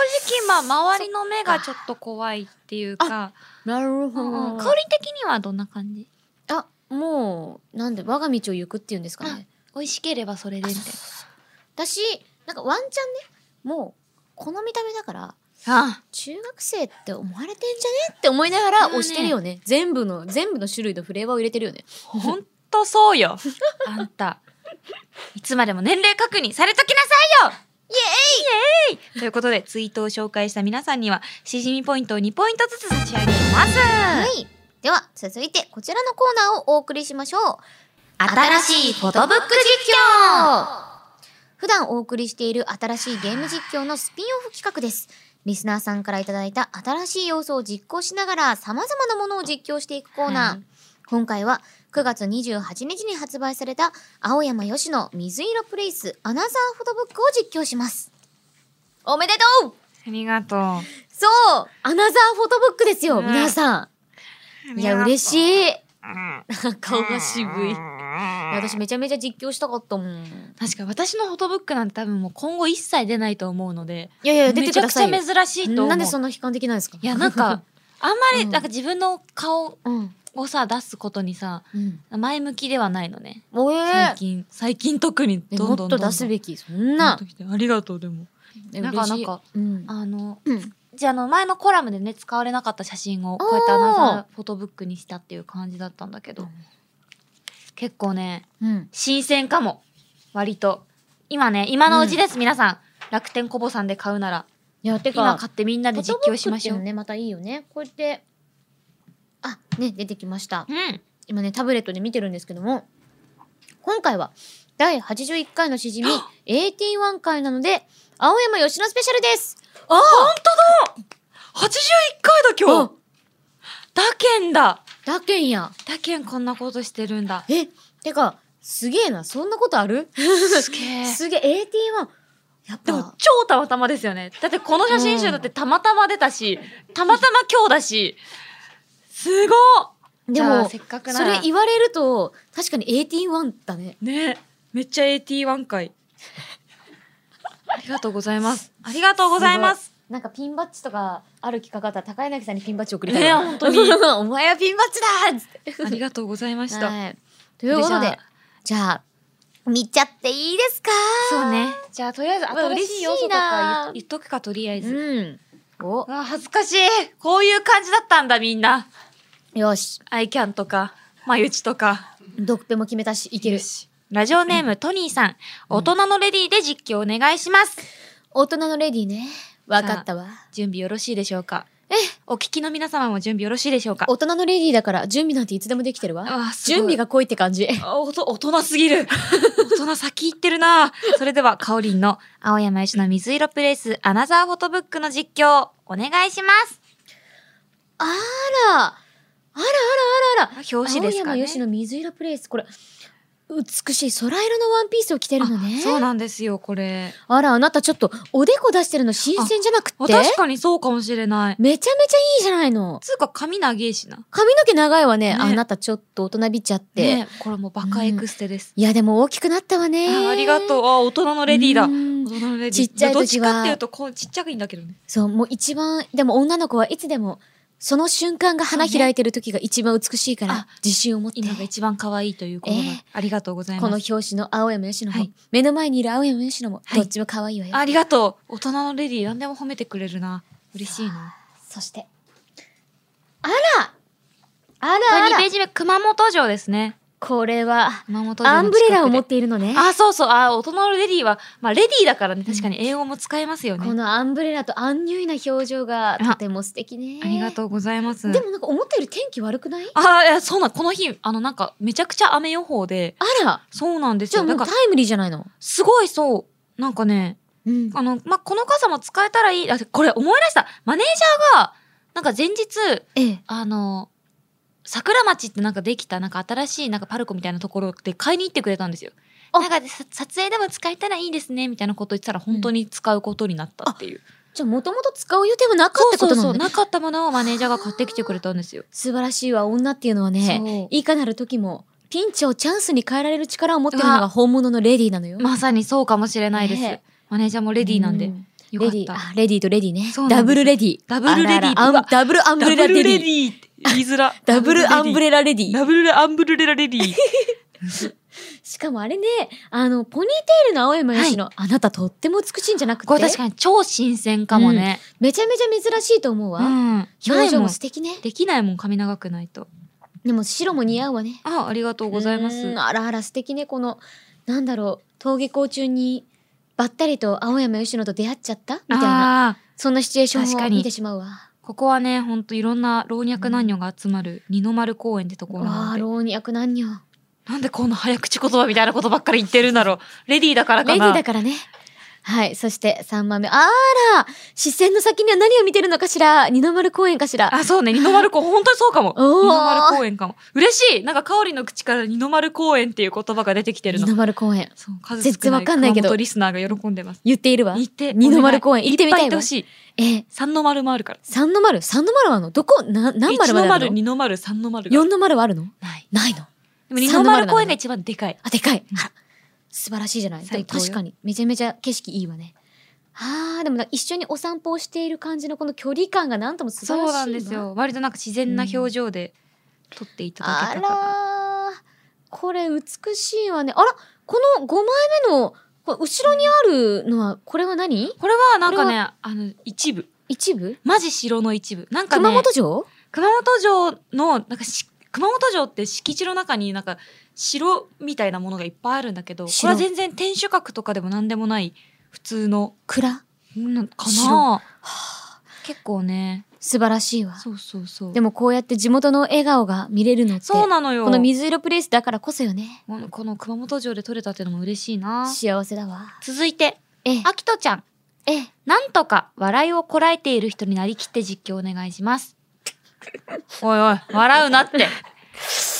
Speaker 1: まあ周りの目がちょっと怖いっていうか、
Speaker 2: なるほ
Speaker 1: うんうん、香
Speaker 2: ど。
Speaker 1: り的にはどんな感じ
Speaker 2: あ、もう、なんで、我が道を行くっていうんですかね。
Speaker 1: 美味しければそれでみたい
Speaker 2: 私、なんかワンチャンね、もう、この見た目だから、
Speaker 1: なあ
Speaker 2: 中学生って思われてんじゃねって思いながら押してるよね。全部の、全部の種類のフレーバーを入れてるよね。
Speaker 1: ほんとそうよ あんたいつまでも年齢確認されときなさいよイエーイということでツイートを紹介した皆さんにはしじみポイントを2ポイントずつ差し上げます
Speaker 2: はい。では、続いて、こちらのコーナーをお送りしましょう。
Speaker 5: 新しいフォトブック実況
Speaker 2: 普段お送りしている新しいゲーム実況のスピンオフ企画です。リスナーさんからいただいた新しい要素を実行しながら様々なものを実況していくコーナー。
Speaker 1: はい
Speaker 2: 今回は9月28日に発売された青山よしの水色プレイスアナザーフォトブックを実況します。おめでとう
Speaker 1: ありがとう
Speaker 2: そうアナザーフォトブックですよ、
Speaker 1: ね
Speaker 2: 皆さん。いや、嬉
Speaker 1: しい
Speaker 2: しい顔が渋い。私めちゃめちゃ実況したかったもん。
Speaker 1: 確か私のフォトブックなんて多分もう今後一切出ないと思うので
Speaker 2: いやいや、出
Speaker 1: め
Speaker 2: て
Speaker 1: ち
Speaker 2: く
Speaker 1: ゃ
Speaker 2: だ
Speaker 1: く
Speaker 2: さいよ。
Speaker 1: ちゃ珍しいと思う。
Speaker 2: なんでそんな悲観的なんですか
Speaker 1: いや、なんか、、あんまり、
Speaker 2: うん
Speaker 1: なんか自分の顔
Speaker 2: うん。
Speaker 1: をさ、出すことにさ、
Speaker 2: うん。
Speaker 1: 前向きではないのね。
Speaker 2: おえ
Speaker 1: 最近、最近特に
Speaker 2: え
Speaker 1: どんどんどんどん。
Speaker 2: もっと出すべき。そん
Speaker 1: もっ
Speaker 2: な
Speaker 1: と。来てありがとう、でも。なんか
Speaker 2: 嬉しい
Speaker 1: なんか、
Speaker 2: うん。
Speaker 1: あの、
Speaker 2: うん
Speaker 1: じゃあ、あの、前のコラムでね、使われなかった写真を、こうやってアナザーフォトブックにしたっていう感じだったんだけど、結構ね、
Speaker 2: うん。
Speaker 1: 新鮮かも。割と。今ね、今のうちです、皆さん。楽天コボさんで買うなら、
Speaker 2: いや、て
Speaker 1: 今
Speaker 2: か、
Speaker 1: 買ってみんなで実況しましょ
Speaker 2: フォトブックっていうの
Speaker 1: う。
Speaker 2: ね、またいいよね。こうやって。あ、ね、出てきました。
Speaker 1: うん。
Speaker 2: 今ね、タブレットで見てるんですけども、今回は、第81回のし じみ、81回なので、青山吉野スペシャルです。
Speaker 1: あ、本当だ !81 回だ今日だけんだ
Speaker 2: だけんや。。
Speaker 1: だけんこんなことしてるんだ
Speaker 2: え、てか、すげえな。そんなことある
Speaker 1: すげえ。
Speaker 2: すげえ、81。やっ
Speaker 1: でも
Speaker 2: ぱ、
Speaker 1: 超たまたまですよね。だってこの写真集だってたまたま出たし、たまたま今日だし、すごっ
Speaker 2: で
Speaker 1: じゃあ
Speaker 2: も
Speaker 1: せ、っかく
Speaker 2: そ
Speaker 1: なら。
Speaker 2: れ言われると、確かに81だね。
Speaker 1: ねめっちゃ AT1 回。ありがとうございます。ありがとうございます。
Speaker 2: なんかピンバッジとかある企画あったら高柳さんにピンバッジ送りたい
Speaker 1: ね
Speaker 2: わ。
Speaker 1: 本当に。
Speaker 2: お前はピンバッジだっつって。
Speaker 1: ありがとうございました。
Speaker 2: はいということ
Speaker 1: じゃ
Speaker 2: で
Speaker 1: あ、
Speaker 2: じゃあ、見ちゃっていいですか
Speaker 1: そうね。じゃあとりあえず新しい要素とか言っ言っとくかとりあえず。
Speaker 2: うん。お、
Speaker 1: あー恥ずかしいこういう感じだったんだみんな
Speaker 2: よし。
Speaker 1: アイキャンとかまゆちとか
Speaker 2: ドクペも決めたし、いける。
Speaker 1: ラジオネームトニーさん大人のレディーで実況お願いします
Speaker 2: 大人のレディーね。わかったわ。
Speaker 1: 準備よろしいでしょうか
Speaker 2: え
Speaker 1: お聞きの皆様も準備よろしいでしょうか
Speaker 2: 大人のレディーだから準備なんていつでもできてるわ。
Speaker 1: あすごい
Speaker 2: 準備が濃いって 感じ。
Speaker 1: あおと大人すぎる 大人先行ってるなそれではかおりんの青山由しの水色プレイスアナザーフォトブックの実況お願いします
Speaker 2: あら、あらあらあらあら。
Speaker 1: 表紙ですか
Speaker 2: 青山
Speaker 1: ね
Speaker 2: よしの水色プレイス、これ、美しい空色のワンピースを着てるのね
Speaker 1: あ。そうなんですよ、これ。
Speaker 2: あら、あなたちょっとおでこ出してるの新鮮じゃなく
Speaker 1: あ
Speaker 2: て
Speaker 1: 確かにそうかもしれない。
Speaker 2: めちゃめちゃいいじゃないの。
Speaker 1: つうか髪長えしな。
Speaker 2: 髪の毛長いわね。
Speaker 1: ね
Speaker 2: あなたちょっと大人びちゃって。
Speaker 1: ね、これもうバカエクステです。
Speaker 2: いや、でも大きくなったわね。
Speaker 1: あありがとう。あ、大人のレディーだ。
Speaker 2: うん
Speaker 1: 大人のレディー。
Speaker 2: ちっちゃい時は
Speaker 1: どっちかっていうと、こう、ちっちゃくいいんだけどね。
Speaker 2: そう、もう一番、でも女の子はいつでも、その瞬間が花
Speaker 1: そうね
Speaker 2: 開いてる時が一番美しいから
Speaker 1: あ、
Speaker 2: 自信を持って。
Speaker 1: 今が一番可愛いということ
Speaker 2: え
Speaker 1: で
Speaker 2: え。
Speaker 1: ありがとうござい
Speaker 2: この
Speaker 1: ます。
Speaker 2: 表紙の青山吉野も、
Speaker 1: はい
Speaker 2: 目の前にいる青山吉野も、
Speaker 1: はい
Speaker 2: どっちも可愛いわよ。
Speaker 1: ありがとう。大人のレディー、何でも褒めてくれるな。嬉しいな。
Speaker 2: そして。あらあらあ
Speaker 1: 2
Speaker 2: ら
Speaker 1: ページ目、熊本城ですね。
Speaker 2: これは、
Speaker 1: 熊本城の
Speaker 2: アンブレラを持
Speaker 1: 近
Speaker 2: っ
Speaker 1: くで。
Speaker 2: ているのね。
Speaker 1: あ、そうそう。あ、大人のレディーは、まあ、レディーだからね、確かに英語も使えますよね。
Speaker 2: このアンブレラとアンニュイな表情がとても素敵ね。
Speaker 1: ありがとうございます。
Speaker 2: でもなんか思ったより天気悪くない
Speaker 1: あ、いや、そうなん、この日、あの、なんか、めちゃくちゃ雨予報で、
Speaker 2: あら
Speaker 1: そうなんです
Speaker 2: じゃ
Speaker 1: よ。
Speaker 2: あ
Speaker 1: な
Speaker 2: も
Speaker 1: ん
Speaker 2: う
Speaker 1: か
Speaker 2: タ、イムリーじゃないの。
Speaker 1: すごいそう。なんかね、
Speaker 2: うん。
Speaker 1: あの、まあ、この傘も使えたらいい。あ、これ思い出した。マネージャーが、なんか前日、
Speaker 2: ええ。
Speaker 1: あの、桜町ってなんかできた、なんか新しいなんかパルコみたいなところで買いに行ってくれたんですよ。
Speaker 2: あ
Speaker 1: なんかさ撮影でも使えたらいいですね、みたいなこと言ってたら本当に使うことになったっていう。
Speaker 2: じゃあもともと使う予定もなかった
Speaker 1: そ
Speaker 2: こ
Speaker 1: うそう
Speaker 2: とな
Speaker 1: そ
Speaker 2: の
Speaker 1: う。
Speaker 2: ね。
Speaker 1: なかったものをマネージャーが買ってきてくれたんですよ。
Speaker 2: 素晴らしいわ、女っていうのはね、
Speaker 1: そ
Speaker 2: いかなる時も、ピンチをチャンスに変えられる力を持ってるのが本物のレディーなのよ。
Speaker 1: う。まさにそうかもしれないです。
Speaker 2: ね
Speaker 1: マネージャーもレディーなん
Speaker 2: う
Speaker 1: で。よか
Speaker 2: レ
Speaker 1: っ
Speaker 2: ディー、
Speaker 1: た。
Speaker 2: あ、レディーとレディーね
Speaker 1: そう。なんです
Speaker 2: ダブルレディー。
Speaker 1: ダブルレディー
Speaker 2: あらあら
Speaker 1: うわ
Speaker 2: アンダブルアンブレラレディー。。
Speaker 1: ィーって言いづら
Speaker 2: ダブルアンブ
Speaker 1: レ
Speaker 2: レラレディー。
Speaker 1: ダブルアンブレラレディー。
Speaker 2: しかもあれね、あの、ポニーテールの青山吉野、あなたとっても美しいんじゃなくて、
Speaker 1: これ確かに超新鮮かもね。
Speaker 2: めちゃめちゃ珍しいと思うわ。
Speaker 1: うん。
Speaker 2: 表情
Speaker 1: 前も
Speaker 2: も素敵ね。
Speaker 1: できないもん、髪長くないと。
Speaker 2: でも白も似合うわね。
Speaker 1: あ、ありがとうございま
Speaker 2: う
Speaker 1: す
Speaker 2: ん。あらあら素敵ね、この、なんだろう、登下校中に、ばったりと青山吉野と出会っちゃったみたいな、
Speaker 1: ああ
Speaker 2: そんなシチュエーシ
Speaker 1: 確
Speaker 2: ョン
Speaker 1: か
Speaker 2: を
Speaker 1: に
Speaker 2: 見てしまうわ。
Speaker 1: ー、ここはね、ほんといろんな老若男女が集まる二の丸公園ってところな
Speaker 2: わ
Speaker 1: の
Speaker 2: あ、
Speaker 1: で。
Speaker 2: 老若男女。
Speaker 1: なんでこんな早口言葉みたいなことばっかり言ってるん だろう。レディーだからか
Speaker 2: レデ
Speaker 1: な。
Speaker 2: ィーだからね。はい。そして3番目。あら視線の先には何を見てるのかしら二の丸公園かしら
Speaker 1: あ、そうね。二の丸公園。本当にそうかも。
Speaker 2: おー
Speaker 1: 二の丸公園かも。嬉しいなんか、かおりの口から二の丸公園っていう言葉が出てきてる
Speaker 2: 二
Speaker 1: の。
Speaker 2: の丸公園。
Speaker 1: そう、数
Speaker 2: 全
Speaker 1: 少
Speaker 2: 然
Speaker 1: な
Speaker 2: わ
Speaker 1: い
Speaker 2: かんないけ
Speaker 1: 熊
Speaker 2: ど
Speaker 1: 本リスナーが喜んでます。
Speaker 2: 言っているわ。
Speaker 1: 行って、
Speaker 2: 二の丸
Speaker 1: お願い
Speaker 2: 公園行ってみたいわ
Speaker 1: っぱ行ってほしい。
Speaker 2: えー、
Speaker 1: 三の丸もあるから。
Speaker 2: 三の丸三の丸はあのどこな何丸
Speaker 1: 一
Speaker 2: ま
Speaker 1: の
Speaker 2: であ
Speaker 1: 丸、
Speaker 2: るの
Speaker 1: 二の丸、三の丸が。
Speaker 2: 四の丸はあるの
Speaker 1: ない。
Speaker 2: ないの。
Speaker 1: でも二の丸公園が一番でかい。
Speaker 2: あ、でかい。あら素晴らしいじゃないで
Speaker 1: 最
Speaker 2: も
Speaker 1: 高よ
Speaker 2: 確かに。めちゃめちゃ景色いいわね。あー、でもな一緒にお散歩をしている感じのこの距離感がなんとも素晴らし
Speaker 1: そ
Speaker 2: いわ。
Speaker 1: うなんです。よ。割となんか自然な表情で撮っていただ
Speaker 2: あ
Speaker 1: け
Speaker 2: ら
Speaker 1: たから。
Speaker 2: ーこれ美しいわね。あらこの5枚目の、これ後ろにあるのは、これは何
Speaker 1: これはなんかね、あの、一部。
Speaker 2: 一部、
Speaker 1: マジ城の一部。なんかね、
Speaker 2: 熊本城
Speaker 1: 熊本城の、なんかし、熊本城って敷地の中になんか城みたいなものがいっぱいあるんだけど、これ
Speaker 2: 城
Speaker 1: は全然天守閣とかでも何でもない、普通の、
Speaker 2: 蔵
Speaker 1: なんか
Speaker 2: 城
Speaker 1: な結構ね、
Speaker 2: 素晴らしいわ。
Speaker 1: そうそうそう。
Speaker 2: でもこうやって地元の笑顔が見れるのって、
Speaker 1: そうなのよ。
Speaker 2: この水色プレイスだからこそよね。
Speaker 1: このこの熊本城で撮れたっていうのも嬉しいな。
Speaker 2: 幸せだわ。
Speaker 1: 続いて、
Speaker 2: ええ、
Speaker 1: あきとちゃん。
Speaker 2: ええ、
Speaker 1: なんとか笑いをこらえている人になりきって実況お願いします。おいおい、笑うなって。笑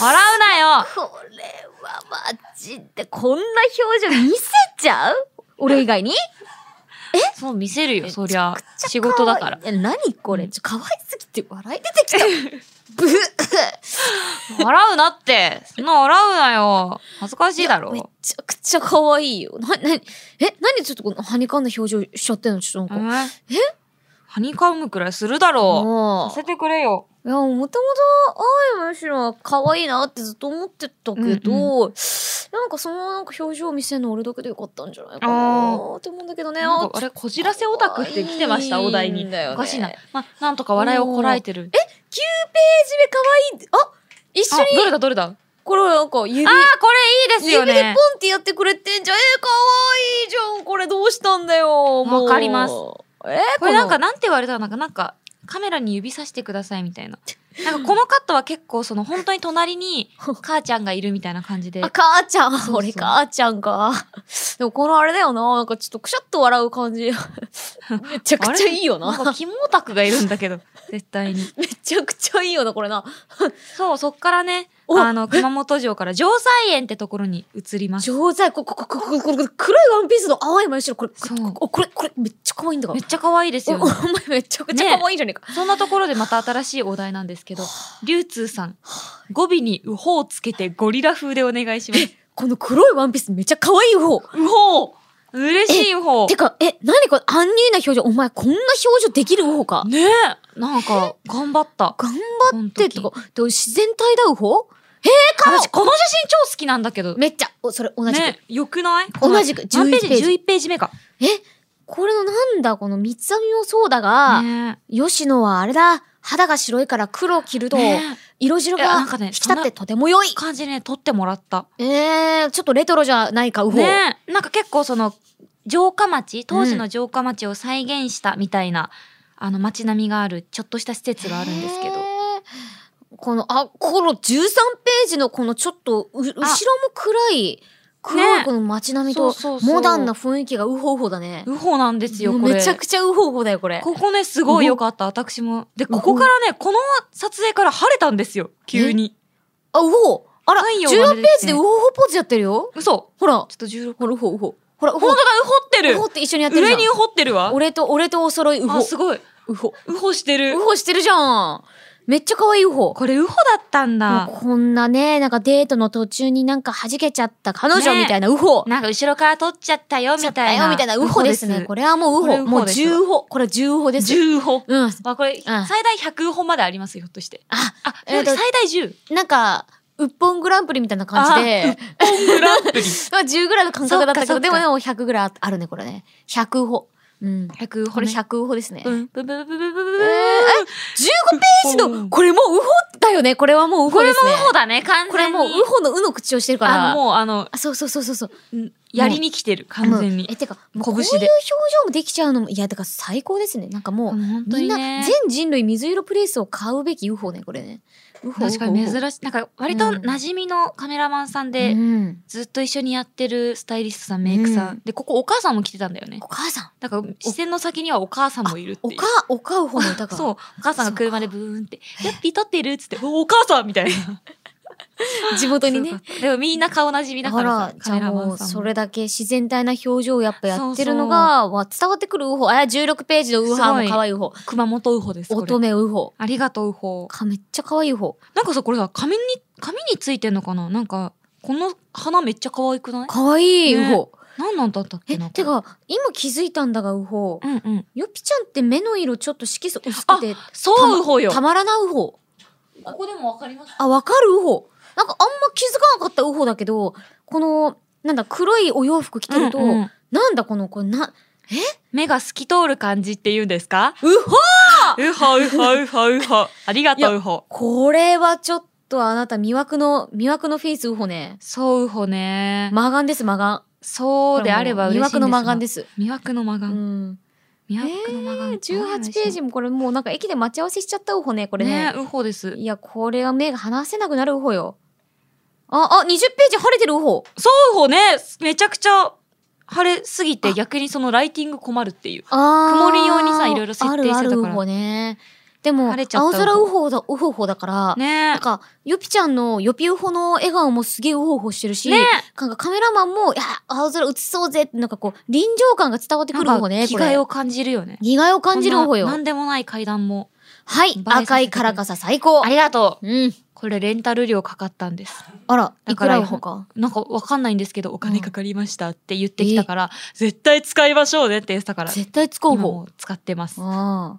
Speaker 1: うなよ
Speaker 2: これはマジで、こんな表情見せちゃう 俺以外に
Speaker 1: そう見せるよ、そりゃ。仕事だから。
Speaker 2: え、何これちょ、可愛すぎて笑い出 てきた。ブ
Speaker 1: 笑うなって。そんな笑うなよ。恥ずかしいだ
Speaker 2: め
Speaker 1: ろ。
Speaker 2: ちゃくちゃ可愛いよ。な、な、え、何ちょっとこのはにかんだ表情しちゃってんのちょっと
Speaker 1: え
Speaker 2: なんか。
Speaker 1: はにかむくらいするだろう。
Speaker 2: も
Speaker 1: させてくれよ。
Speaker 2: う。いや、もともと、あいむしろ可愛いなってずっと思ってたけど、なんかそのなんか表情を見せるの俺だけでよかったんじゃないか
Speaker 1: あ
Speaker 2: なって思うんだけどね。
Speaker 1: なんかあれ、こじらせオタクって来てました、お題
Speaker 2: いい
Speaker 1: に
Speaker 2: んだよ。ね
Speaker 1: おかしいな。まあ、なんとか笑いをこらえてる。え
Speaker 2: 9ページ目可愛い。あ一緒
Speaker 1: あ、どれ
Speaker 2: に、
Speaker 1: だどれだあー、
Speaker 2: これなんか指、
Speaker 1: これいいですよ
Speaker 2: 指でポン
Speaker 1: ね。
Speaker 2: ってやってくれてんじゃん。えー、可愛いじゃん。これどうしたんだよ。もう
Speaker 1: わかります。
Speaker 2: えー、
Speaker 1: これなん
Speaker 2: の
Speaker 1: かなんて言われたのなんかなんかカメラに指さしてくださいみ たいな。なんかこのカットは結構その本当に隣に母ちゃんがいるみたいな感じで
Speaker 2: あ、。母ちゃん、
Speaker 1: うそう
Speaker 2: 俺母ちゃんか。 でもこのあれだよな、なんかちょっとくしゃっと笑う感じ。めちゃくちゃいいよ
Speaker 1: なん
Speaker 2: な。
Speaker 1: かキモオタ クがいるんだけど、絶対に。
Speaker 2: めちゃくちゃいいよな、これな。
Speaker 1: そう、そっからね、あの、熊本城から城西園ってところに移ります。
Speaker 2: 上手い、こ、こ、こ、こ、こ、これ、黒いワンピースの青い真後ろ、これ、こ
Speaker 1: そう
Speaker 2: こ、これ、これ、めっちゃ可愛いんだか
Speaker 1: め
Speaker 2: ら
Speaker 1: っ。ちゃ可愛いです
Speaker 2: お
Speaker 1: よ
Speaker 2: お
Speaker 1: ね。
Speaker 2: 前めちゃくちゃ可愛いじゃねえか。
Speaker 1: そんなところでまた新しいお題なんですけど、流通さん、語尾にウホをつけてゴリラ風でお願いします。
Speaker 2: この黒いワンピースめっちゃ可愛い方。
Speaker 1: ウホ嬉しいウホ
Speaker 2: てか、え、なにこれ、安入な表情。お前こんな表情できる方か。
Speaker 1: ねえなんか、頑張った。
Speaker 2: 頑張
Speaker 1: この
Speaker 2: って
Speaker 1: 時
Speaker 2: とか、で自然体だう方
Speaker 1: 私、この写真超好きなんだけど。
Speaker 2: めっちゃ、お、それ同じく。
Speaker 1: ねよくない
Speaker 2: 同じく
Speaker 1: この何ページ
Speaker 2: 11ページ
Speaker 1: ?11 ページ目か。
Speaker 2: え、これのなんだ、この三つ編みもそうだが、
Speaker 1: ね
Speaker 2: 吉野はあれだ、肌が白いから黒を着ると、
Speaker 1: ね
Speaker 2: 色白
Speaker 1: いやな
Speaker 2: が
Speaker 1: んか
Speaker 2: 引
Speaker 1: ね
Speaker 2: き立ってとても良い。
Speaker 1: 感じでね、撮ってもらった。
Speaker 2: えー、ちょっとレトロじゃないか、うほう。
Speaker 1: ねえなんか結構その、城下町、当時の城下町を再現したみたいな、あの街並みがある、ちょっとした施設があるんですけ
Speaker 2: へ
Speaker 1: ど。
Speaker 2: ーこの、あ、この13ページのこのちょっとう、後ろも暗い、黒い
Speaker 1: ね
Speaker 2: この街並み
Speaker 1: そう
Speaker 2: と
Speaker 1: そう、そう
Speaker 2: モダンな雰囲気がウホウホだね。
Speaker 1: ウホなんですよ、これ。
Speaker 2: めちゃくちゃウホウホだよ、これ。
Speaker 1: ここね、すごい良かった、私も。で、ここからね、この撮影から晴れたんですよ、急に。
Speaker 2: あ、ウホウあら、
Speaker 1: 太陽が
Speaker 2: 14
Speaker 1: 出てきて
Speaker 2: ページでウホウホポーズやってるよ。
Speaker 1: 嘘
Speaker 2: ほら
Speaker 1: ちょっ、と16。
Speaker 2: ほら、ウホウホ。ほら、ウホウ
Speaker 1: 本当だ、ウホって
Speaker 2: ウ
Speaker 1: る
Speaker 2: ホって一緒にやってるじ
Speaker 1: 上
Speaker 2: ゃん
Speaker 1: にウ。ホってるわ。
Speaker 2: 俺と、俺とお揃いウホ
Speaker 1: あ、。すごい。
Speaker 2: ウホ。
Speaker 1: ウホしてる
Speaker 2: ウ。ホしてるじゃん。めっちゃ可愛いウホ。
Speaker 1: これウホだったんだ。
Speaker 2: もうこんなね、なんかデートの途中になんか弾けちゃった彼女みたいなウホ。
Speaker 1: なんか後ろから撮っちゃったよみ
Speaker 2: ちゃった
Speaker 1: たいな。
Speaker 2: よみたいなウホですね。これはもうウ
Speaker 1: これ
Speaker 2: ホ。
Speaker 1: ウホ
Speaker 2: もう
Speaker 1: です
Speaker 2: 10ウホ。これは10ウホです。
Speaker 1: 10歩。
Speaker 2: うん。
Speaker 1: あ、これ、
Speaker 2: ん
Speaker 1: 最大100歩までありますよ、ひょっとして。
Speaker 2: あ、
Speaker 1: あ、
Speaker 2: えーと
Speaker 1: 最大10。
Speaker 2: なんか、ウッポングランプリみたいな感じで、
Speaker 1: グランプリ。
Speaker 2: まあ10ぐらいの感覚だったけ
Speaker 1: そっかそっか
Speaker 2: ど、でもでも100ぐらいあるね、これね。100ウホ。うん。
Speaker 1: 100歩、
Speaker 2: これ100ウホですね。
Speaker 1: う
Speaker 2: 15
Speaker 1: ん。ブブブブブブ
Speaker 2: えーページ
Speaker 1: う
Speaker 2: の、
Speaker 1: ん
Speaker 2: これもうウホだよね。これはもうウ
Speaker 1: こ
Speaker 2: ホ
Speaker 1: れ
Speaker 2: で
Speaker 1: も
Speaker 2: すね。
Speaker 1: ウホだね、完
Speaker 2: これ
Speaker 1: 全に。
Speaker 2: もうウホのウの口をしてるから。
Speaker 1: あの、もう、あの、
Speaker 2: あそうそうそうそうそう。
Speaker 1: んやりに来てる、完全
Speaker 2: もう
Speaker 1: に
Speaker 2: え、。てか、もうこ
Speaker 1: 拳
Speaker 2: うい
Speaker 1: で
Speaker 2: う表情もできちゃうのも、いや、てか最高ですね。なんかもう、
Speaker 1: 本当
Speaker 2: みん
Speaker 1: に
Speaker 2: な
Speaker 1: ね。
Speaker 2: 全人類水色プレイスを買うべき UFO ね、これね。UFO。
Speaker 1: 確かに珍しい。なんか、割と
Speaker 2: うん
Speaker 1: 馴染みのカメラマンさん
Speaker 2: で、
Speaker 1: で、
Speaker 2: うん
Speaker 1: ずっと一緒にやってるスタイリストさん、メイクさ
Speaker 2: うん
Speaker 1: ん。で、ここお母さんも来てたんだよね
Speaker 2: お。母さん。
Speaker 1: だから、視線の先にはお母さんもいるって
Speaker 2: お
Speaker 1: いう
Speaker 2: か。、おかうほの歌が。
Speaker 1: そう。お母さんが車でブーンって、ヤッピー撮ってるっつって、おお母さんみたい な。
Speaker 2: 地元にね。
Speaker 1: でもみんな顔なじみだ
Speaker 2: あ
Speaker 1: から
Speaker 2: ら
Speaker 1: さ、、
Speaker 2: じ
Speaker 1: カ
Speaker 2: ゃ
Speaker 1: メ
Speaker 2: あ
Speaker 1: ラマ
Speaker 2: もう、
Speaker 1: ンさんも。
Speaker 2: それだけ自然体な表情をやっぱやってるのが、わ伝わってくる UFO。あ、16ページのウーハーも可愛い UFO。
Speaker 1: 熊本ウホです。こ
Speaker 2: 乙
Speaker 1: れ
Speaker 2: 女 UFO。
Speaker 1: ありがとうウホ。
Speaker 2: かめっちゃ可愛い UFO。
Speaker 1: なんかさ、これさ、紙に、紙についてんのかななんか、この花めっちゃ可愛くない
Speaker 2: 可愛い
Speaker 1: ね
Speaker 2: UFO。
Speaker 1: 何なんだったっけ
Speaker 2: え、
Speaker 1: な
Speaker 2: て、か、今気づいたんだが、ウホ。
Speaker 1: うんうん。
Speaker 2: よぴちゃんって目の色ちょっと色素薄くて、
Speaker 1: そうウホよ
Speaker 2: た。まらなウホ。
Speaker 1: ここでもわかります
Speaker 2: あ、わかるウホ。なんかあんま気づかなかったウホだけど、この、なんだ、黒いお洋服着てると、
Speaker 1: うんうん
Speaker 2: なんだこの、これな、
Speaker 1: 目が透き通る感じって言うんですか
Speaker 2: ウホ
Speaker 1: ウホウホウ ホウホ。ありがとうウホ。
Speaker 2: これはちょっとあなた魅惑の、魅惑のフェイスウホね。
Speaker 1: そうウホね。
Speaker 2: 魔眼です、魔眼。
Speaker 1: そうであれば嬉しいんです
Speaker 2: これもう魅惑の魔眼
Speaker 1: で
Speaker 2: です。
Speaker 1: 魅惑の魔
Speaker 2: う
Speaker 1: 眼。
Speaker 2: ん。
Speaker 1: 魅惑の魔眼。
Speaker 2: 18ページもこれもうなんか駅で待ち合わせしちゃったウホね、こ
Speaker 1: こ
Speaker 2: れ
Speaker 1: ね。
Speaker 2: ね。
Speaker 1: ウホです。
Speaker 2: いや、これは目が離せなくなるウホよ。あ、あ、20ページ晴れてるウホ。
Speaker 1: そうウホね、めちゃくちゃ晴れすぎて逆にそのライティング困るっていう。
Speaker 2: あー
Speaker 1: 曇り用にさいろいろ設定してたから
Speaker 2: あるあるウホね。でも、
Speaker 1: 晴れちゃった
Speaker 2: 青空ウホだ、ウホホだから、
Speaker 1: ね
Speaker 2: なんか、ヨピちゃんのヨピウホの笑顔もすげえウホウホしてるし、
Speaker 1: ね
Speaker 2: なんかカメラマンも、いや、青空映そうぜって、なんかこう、臨場感が伝わってくるウホね。
Speaker 1: 着替え
Speaker 2: を。
Speaker 1: を感じるよね。
Speaker 2: 着替えを感じるウホよ
Speaker 1: こんな。なんでもない階段も。
Speaker 2: はい
Speaker 1: 映え。させてく
Speaker 2: 赤
Speaker 1: れる
Speaker 2: いカラカサ最高。
Speaker 1: ありがとう。
Speaker 2: うん。
Speaker 1: これレンタル料かかったんです。
Speaker 2: あら、い
Speaker 1: だ
Speaker 2: く
Speaker 1: から
Speaker 2: らウホか。
Speaker 1: なんかわかんないんですけど、お金かかりましたって言ってきたから、絶対使いましょうねって言ってたから、
Speaker 2: 絶対使う
Speaker 1: 今
Speaker 2: 方
Speaker 1: もう使ってます。
Speaker 2: ああ。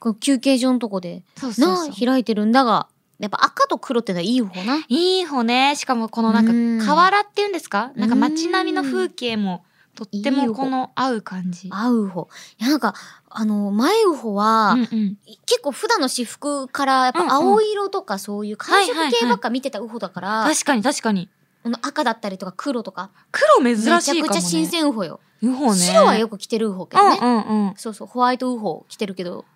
Speaker 2: この休憩所のとこで、
Speaker 1: そうそう
Speaker 2: な
Speaker 1: そう。
Speaker 2: 開いてるんだが、やっぱ赤と黒ってのはいいウホな。
Speaker 1: いい方ね。しかもこのな
Speaker 2: うん
Speaker 1: んか、河原っていうんですか
Speaker 2: うん
Speaker 1: なんか街並みの風景も、とって
Speaker 2: いい
Speaker 1: も
Speaker 2: 方
Speaker 1: この合う感じ。
Speaker 2: 合う方。いや、なんか、あの、前ウホは、
Speaker 1: うんうん。
Speaker 2: い結構普段の私服から、やっ
Speaker 1: うんうん
Speaker 2: ぱ青色とかそういう
Speaker 1: は
Speaker 2: 寒
Speaker 1: いはいはい
Speaker 2: 色系ばっか見てたウホだから、
Speaker 1: 確かに確かに。
Speaker 2: この赤だったりとか黒とか、
Speaker 1: 黒珍
Speaker 2: めちゃ
Speaker 1: しい
Speaker 2: く
Speaker 1: か
Speaker 2: ち
Speaker 1: も
Speaker 2: ゃ新
Speaker 1: ね。
Speaker 2: 鮮ウホよ。
Speaker 1: UFO ね。
Speaker 2: 白はよく着てるウホけどね。
Speaker 1: うんうんうん。
Speaker 2: そうそう、ホワイトウホ着てるけど。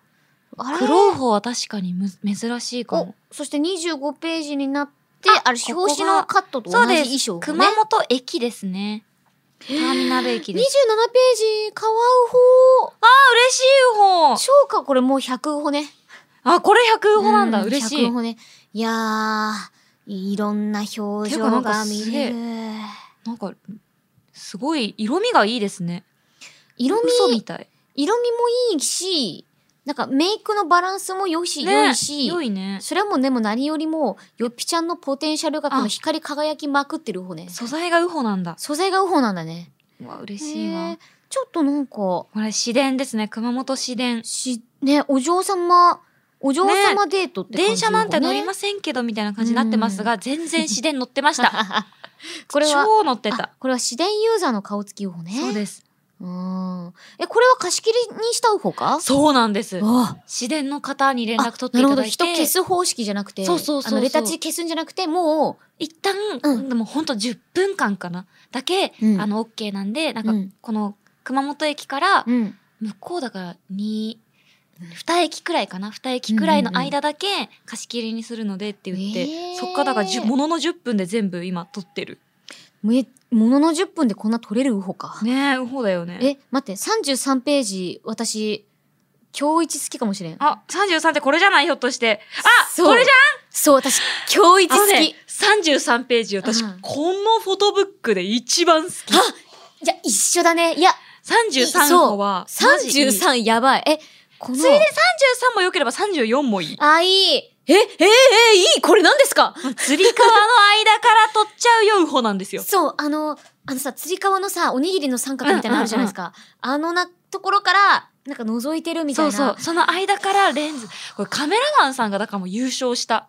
Speaker 2: あれ
Speaker 1: 黒い方は確かにむ珍しいか
Speaker 2: お
Speaker 1: も。、
Speaker 2: そして25ページになって、あ
Speaker 1: あ
Speaker 2: れ、
Speaker 1: ここが
Speaker 2: 表紙のカットと同じ衣装をね。
Speaker 1: 熊本駅ですね。ターミナル駅
Speaker 2: 27
Speaker 1: で
Speaker 2: ペ
Speaker 1: す。
Speaker 2: ージ、カワウホ。
Speaker 1: 嬉しい方
Speaker 2: 超か、これもう100ウホね。
Speaker 1: あ、これ100方なんだ。
Speaker 2: う
Speaker 1: 嬉し
Speaker 2: 100
Speaker 1: い
Speaker 2: ウ。ホね。いやー、いろんな表
Speaker 1: てかな
Speaker 2: 情
Speaker 1: んか
Speaker 2: が
Speaker 1: す
Speaker 2: 見
Speaker 1: げえ
Speaker 2: れる。
Speaker 1: なんか、すごい、色味がいいですね。
Speaker 2: 色
Speaker 1: 嘘
Speaker 2: 味
Speaker 1: み、たい。
Speaker 2: 色味もいいし、なんかメイクのバランスも良し、
Speaker 1: ね
Speaker 2: 良いし、
Speaker 1: 良いね。
Speaker 2: それはもうでも何よりも、よっぴちゃんのポテンシャルがこの
Speaker 1: あ
Speaker 2: 光り輝きまくってる方ね。
Speaker 1: 素材がウホなんだ。
Speaker 2: 素材がウホなんだね。
Speaker 1: うわ、嬉しい
Speaker 2: へ
Speaker 1: わ
Speaker 2: え。ちょっとなんか、
Speaker 1: これ、市電ですね。熊本市電。
Speaker 2: し、ね、お嬢様、お嬢様デートって感じ、。
Speaker 1: 電車なんて乗りますせんけど、みたいな感じになってますが、全然市電乗ってました。
Speaker 2: これは、
Speaker 1: 超乗って
Speaker 2: あ
Speaker 1: た。
Speaker 2: これは自伝ユーザーの顔つきウホね。
Speaker 1: そう
Speaker 2: す。
Speaker 1: です。
Speaker 2: うん。え、これは貸し切りにしたウホか
Speaker 1: そうなんです。
Speaker 2: あ
Speaker 1: 市電の方に連
Speaker 2: あ
Speaker 1: 絡取っていただいて
Speaker 2: なるほど。人消す方式じゃなくて、
Speaker 1: そうそうそうそう
Speaker 2: あの、レタッチ消すんじゃなくて、も
Speaker 1: 一旦、
Speaker 2: うん
Speaker 1: でもほんと10分間かなだけ、
Speaker 2: うん
Speaker 1: あの OK なんでなんか
Speaker 2: うん
Speaker 1: この熊本駅から
Speaker 2: う、うん。
Speaker 1: 向こうだから2二駅くらいかな二駅くらいの間だけ貸し切りにするのでって言って、
Speaker 2: へー
Speaker 1: そっからだからじゅものの10分で全部今撮ってる
Speaker 2: め、ものの10分でこんな取れるウホか。
Speaker 1: ねえうほだよね
Speaker 2: え、待って、33ページ、私、今日一好きかもしれん。
Speaker 1: あ33ってこれじゃないひょっとしてあ
Speaker 2: そう
Speaker 1: これじ
Speaker 2: そう、私、今日一
Speaker 1: ゃんあ
Speaker 2: 好
Speaker 1: の
Speaker 2: き。
Speaker 1: ね33ページ私、
Speaker 2: うん
Speaker 1: このフォトブックで一番好き
Speaker 2: いや、一緒だね。いや、
Speaker 1: 33個はマジいい
Speaker 2: 33やばい。え、この。
Speaker 1: ついで33も良ければ34もいい
Speaker 2: あ、いい。え、え、え、え、いいこれ何ですか
Speaker 1: つり革の間から取っちゃうようほなんですよ。
Speaker 2: そう、あの、あのさ、つり革のさ、おにぎりの三角みたいなのあるじゃないですか。あのな、ところから、なんか覗いてるみたい
Speaker 1: そ
Speaker 2: な。
Speaker 1: うそう。その間からレンズ。これカメラマンさんがだからもう優勝した。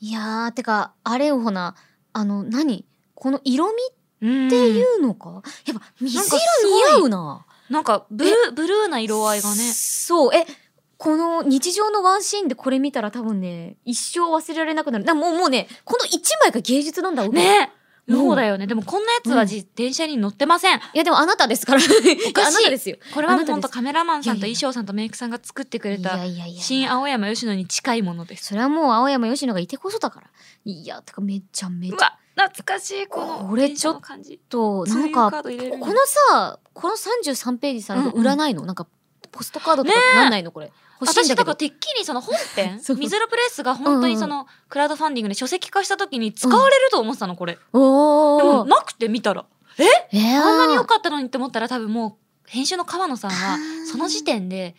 Speaker 2: いやー、てか、あれよほな、あの、何この色味っ
Speaker 1: って
Speaker 2: てい
Speaker 1: いう。
Speaker 2: うのか、やっぱ、水
Speaker 1: なん
Speaker 2: 色
Speaker 1: かすごい
Speaker 2: 似合うな。
Speaker 1: なんかブルー、ブルーな色合いがね。
Speaker 2: そう、え、この日常のワンシーンでこれ見たら多分ね、一生忘れられなくなる。なもう、もうね、この一枚が芸術なんだ、僕
Speaker 1: ね
Speaker 2: うん
Speaker 1: そうだよね。でもこんなやつはじ、電車に乗ってません。
Speaker 2: いや、でもあなたですから。お
Speaker 1: かしい
Speaker 2: あなたですよ。
Speaker 1: これは
Speaker 2: あ
Speaker 1: も
Speaker 2: な
Speaker 1: う
Speaker 2: た
Speaker 1: ほん
Speaker 2: で
Speaker 1: と
Speaker 2: す
Speaker 1: カメラマンさんと
Speaker 2: いやいや
Speaker 1: 衣装さんとメイクさんが作ってくれ
Speaker 2: いや
Speaker 1: た
Speaker 2: いやいや。
Speaker 1: 新青山吉野に近いものです。
Speaker 2: それはもう青山吉野がいてこそだから。いや、てかめちゃめち
Speaker 1: う
Speaker 2: ゃ
Speaker 1: わ、懐かしい、この。
Speaker 2: これちょ
Speaker 1: 電車の
Speaker 2: っと
Speaker 1: 感じ。
Speaker 2: と、
Speaker 1: そ
Speaker 2: な
Speaker 1: うんいうカ
Speaker 2: か、
Speaker 1: ー
Speaker 2: こ
Speaker 1: ド入れるの
Speaker 2: のさ、この33ページさ、
Speaker 1: うんうん
Speaker 2: 売らないのなんか、ポストカードとか
Speaker 1: ねえ
Speaker 2: なんないのこれ。欲しいん
Speaker 1: 私
Speaker 2: だ
Speaker 1: だ
Speaker 2: け
Speaker 1: から
Speaker 2: ど。
Speaker 1: てっき りその本編
Speaker 2: そう
Speaker 1: ミズルプレスが本当にその、クラウドファンディングで書籍化した時に使われると思ってたのこれ、で
Speaker 2: お
Speaker 1: も
Speaker 2: ー。
Speaker 1: なくて見たら
Speaker 2: えー
Speaker 1: こんなに良かったのにって思ったら多分もう編集の川野さんは
Speaker 2: あー
Speaker 1: その時点で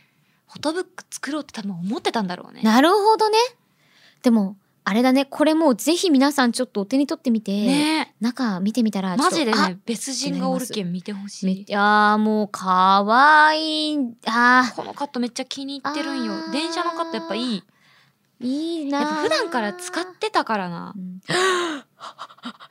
Speaker 1: フォトブック作ろうって多分思ってたんだろうね
Speaker 2: なるほどね。でも、あれだね、これもうぜひ皆さんちょっとお手に取ってみて、
Speaker 1: ね
Speaker 2: 中見てみたら、ちょっ
Speaker 1: マ
Speaker 2: と
Speaker 1: ジで
Speaker 2: あ
Speaker 1: ね別人がおるけん見てほし
Speaker 2: め
Speaker 1: い
Speaker 2: いやーもう、かわいい。あ
Speaker 1: このカットめっちゃ気に入ってるん
Speaker 2: あ
Speaker 1: よ
Speaker 2: ー
Speaker 1: 電車のカットやっぱいい
Speaker 2: ー、いいな
Speaker 1: や
Speaker 2: ー
Speaker 1: っぱ普段から使ってたからな
Speaker 2: うん、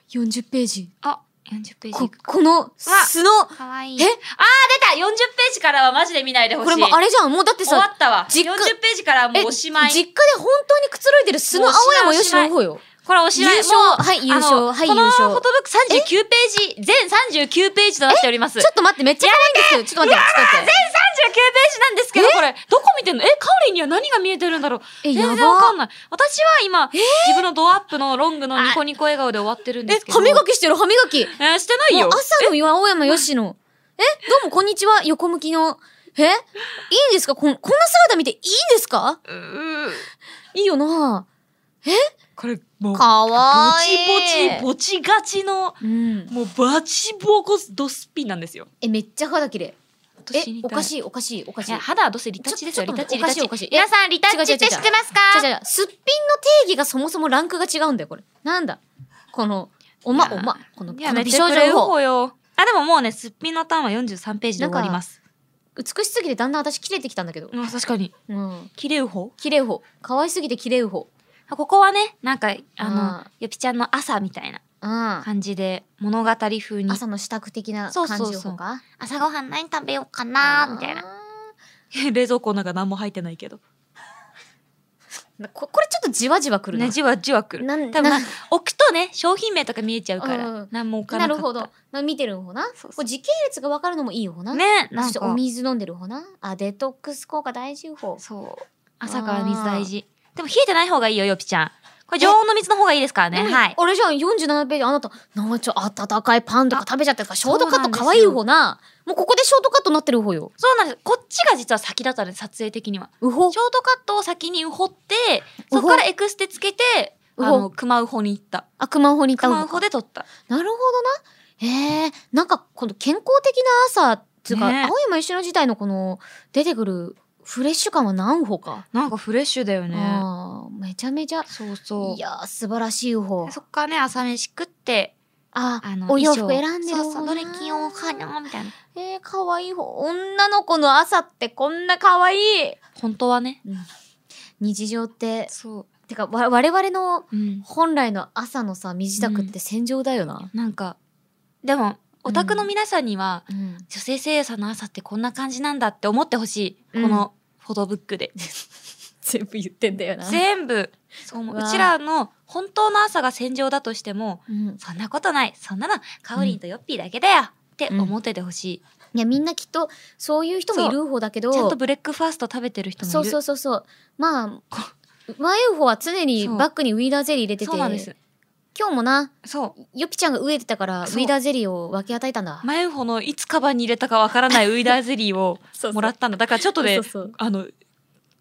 Speaker 2: 40ページ。
Speaker 1: あ40ページ
Speaker 2: こ、この、素の、
Speaker 1: かわいい
Speaker 2: え
Speaker 1: あー出た40ページからはマジで見ないでほし
Speaker 2: こ
Speaker 1: い
Speaker 2: れもうあれじゃん。もうだって
Speaker 1: 終わ
Speaker 2: さ、
Speaker 1: ったわ。
Speaker 2: 実家
Speaker 1: 40ページからも
Speaker 2: え
Speaker 1: うおしまい。
Speaker 2: 実家で本当にくつろいでる素の青山よしの方よ。
Speaker 1: これおしまい。
Speaker 2: 優勝
Speaker 1: もう
Speaker 2: はい優
Speaker 1: あの
Speaker 2: 勝はい優
Speaker 1: こ
Speaker 2: 勝
Speaker 1: のフォトブック39ページ、全39ページとなっております。
Speaker 2: ち
Speaker 1: 39
Speaker 2: ょっと待って、めっちゃ可愛いんですけど、ちょっと待って、ちょっと待って。
Speaker 1: ページなんですけど、これ、どこ見てんのえ、カオリンには何が見えてるんだろう
Speaker 2: え、
Speaker 1: 全
Speaker 2: や
Speaker 1: 然わか
Speaker 2: ば
Speaker 1: んない。私は今、自分のドアップのロングのニコニコ笑顔で終わってるん
Speaker 2: え
Speaker 1: です、けど。
Speaker 2: 歯磨きしてる、歯磨き。
Speaker 1: えーしてない
Speaker 2: もう
Speaker 1: よ。
Speaker 2: 朝の青山よしの。え、どうも、こんにちは、横向きの。えいいんですかこん、こんな姿見ていいんですか
Speaker 1: うー
Speaker 2: いいよな
Speaker 1: これ、もう、ぼ
Speaker 2: かわいい。
Speaker 1: ちぼち、ぼちがちの、
Speaker 2: ち。うん。
Speaker 1: もう、バチボコドスピンなんですよ。
Speaker 2: え、めっちゃ肌綺麗。え、おか
Speaker 1: い。
Speaker 2: しい、おかしい、おかし
Speaker 1: い
Speaker 2: い
Speaker 1: や、。肌はどうせリタッチですよ、
Speaker 2: ちょ
Speaker 1: リ
Speaker 2: っ
Speaker 1: タ
Speaker 2: と
Speaker 1: ッチ、
Speaker 2: お
Speaker 1: リタッ
Speaker 2: かしい
Speaker 1: チ
Speaker 2: お。かしい。
Speaker 5: 皆さんリタッチって知ってますか
Speaker 2: 違う違う違うすっぴんの定義がそもそもランクが違うんだよ、これ。なんだこの、お
Speaker 1: い
Speaker 2: ま、
Speaker 1: や
Speaker 2: おま、この、こ
Speaker 1: や
Speaker 2: の
Speaker 1: め
Speaker 2: 美
Speaker 1: て
Speaker 2: 少
Speaker 1: く
Speaker 2: 女
Speaker 1: れ
Speaker 2: の方。
Speaker 1: よよ。あ、でももうね、すっぴんのターンは43ページで終わります。
Speaker 2: 美しすぎてだんだん私切れてきたんだけど。
Speaker 1: あ、確かに。
Speaker 2: うん。
Speaker 1: 綺麗う方
Speaker 2: 綺麗う方。可愛すぎて綺麗う方。
Speaker 1: ここはね、なんか、あ
Speaker 2: う
Speaker 1: の
Speaker 2: ん、
Speaker 1: ゆぴちゃんの朝みたいな
Speaker 2: うん。
Speaker 1: 感じで、物語風に。
Speaker 2: 朝の支度的な
Speaker 1: そ
Speaker 2: 感
Speaker 1: うそう
Speaker 2: じ
Speaker 1: そう
Speaker 2: の方か
Speaker 5: 朝ごはん何食べようかなみたいな。
Speaker 2: あ
Speaker 1: 冷蔵庫の中何も入ってないけど。
Speaker 2: ーここれちょっとじわじわくるな。
Speaker 1: ね、じわじわくる。
Speaker 2: なん
Speaker 1: 多分
Speaker 2: な
Speaker 1: な、置くとね、商品名とか見えちゃうか
Speaker 2: う
Speaker 1: ら
Speaker 2: ん、
Speaker 1: 何も置かなか
Speaker 2: な
Speaker 1: っ
Speaker 2: る
Speaker 1: た。
Speaker 2: ほど。な見てる方な。
Speaker 1: そうそう
Speaker 2: こう時系列がわかるのもいい方な。。
Speaker 1: ね、
Speaker 2: そ
Speaker 1: な
Speaker 2: し
Speaker 1: ん
Speaker 2: てお
Speaker 1: か、
Speaker 2: 水飲んでる方な。あ、デトックス効果大事方。
Speaker 1: そう。朝から水大事。でも冷えてない方がいいよ、よぴちゃん。これ常温の水の方がいいですからね。
Speaker 2: でも
Speaker 1: はい。
Speaker 2: あれじゃん、47ページ、あなた、なんかちょ、温かいパンとか食べちゃってるから、ショートカット可愛い方な。もうここでショートカットになってる方よ。
Speaker 1: そうなんです。こっちが実は先だったね、撮影的には。
Speaker 2: うほ
Speaker 1: ショートカットを先にうほって、そこからエクステつけて、
Speaker 2: う
Speaker 1: あの、熊ウホに行った。
Speaker 2: あ、熊穂に行った
Speaker 1: 熊
Speaker 2: の
Speaker 1: ウホで撮った。
Speaker 2: なるほどな。へえなんかこの健康的な朝、つうか、
Speaker 1: ね
Speaker 2: 青山一緒の時代のこの出てくるフレッシュ感は何歩か。
Speaker 1: なんかフレッシュだよね。
Speaker 2: あーめちゃめちゃ、
Speaker 1: そうそう。
Speaker 2: いやー素晴らしい歩
Speaker 1: で。そっからね、朝飯食って、
Speaker 2: あ
Speaker 1: あの、
Speaker 2: お洋服
Speaker 1: 衣装
Speaker 2: 選んでる
Speaker 1: そうそう、
Speaker 2: 方
Speaker 1: ど
Speaker 2: な
Speaker 1: れ着ようかな、みたいな。
Speaker 2: えー、かわいい方。女の子の朝ってこんなかわいい。
Speaker 1: 本当はね。
Speaker 2: 日常って、
Speaker 1: そ
Speaker 2: てかわ我々の
Speaker 1: う。うん。
Speaker 2: 本来の朝のさ、身支度って戦場だよな。
Speaker 1: なんか、でも、オタクの皆さんには、
Speaker 2: うん
Speaker 1: 女性声優さんの朝ってこんな感じなんだって思ってほしい。
Speaker 2: うん
Speaker 1: このフォトブックで。
Speaker 2: 全部言ってんだよな
Speaker 1: 全部、そう思う。
Speaker 2: うわ
Speaker 1: うちらの本当の朝が戦場だとしても、
Speaker 2: うん
Speaker 1: そんなことない。そんなの、カオリンとヨッピーだけだよ。って思っててほしい、
Speaker 2: いやみんなきっとそういう人もいる方だけど
Speaker 1: ちゃんとブレックファースト食べてる人もいる。
Speaker 2: そうそうそうそうまあワイウホは常に
Speaker 1: そう
Speaker 2: バッグにウィーダーゼリー入れてて
Speaker 1: そうなんです。
Speaker 2: 今日もな
Speaker 1: そう。
Speaker 2: ヨピちゃんが飢えてたからウ
Speaker 1: そう
Speaker 2: ィーダーゼリーを分け与えたんだ
Speaker 1: 前ほのいつカバンに入れたかわからないウイダーゼリー をもらったんだ。だからちょっとで、
Speaker 2: そうそう
Speaker 1: あの、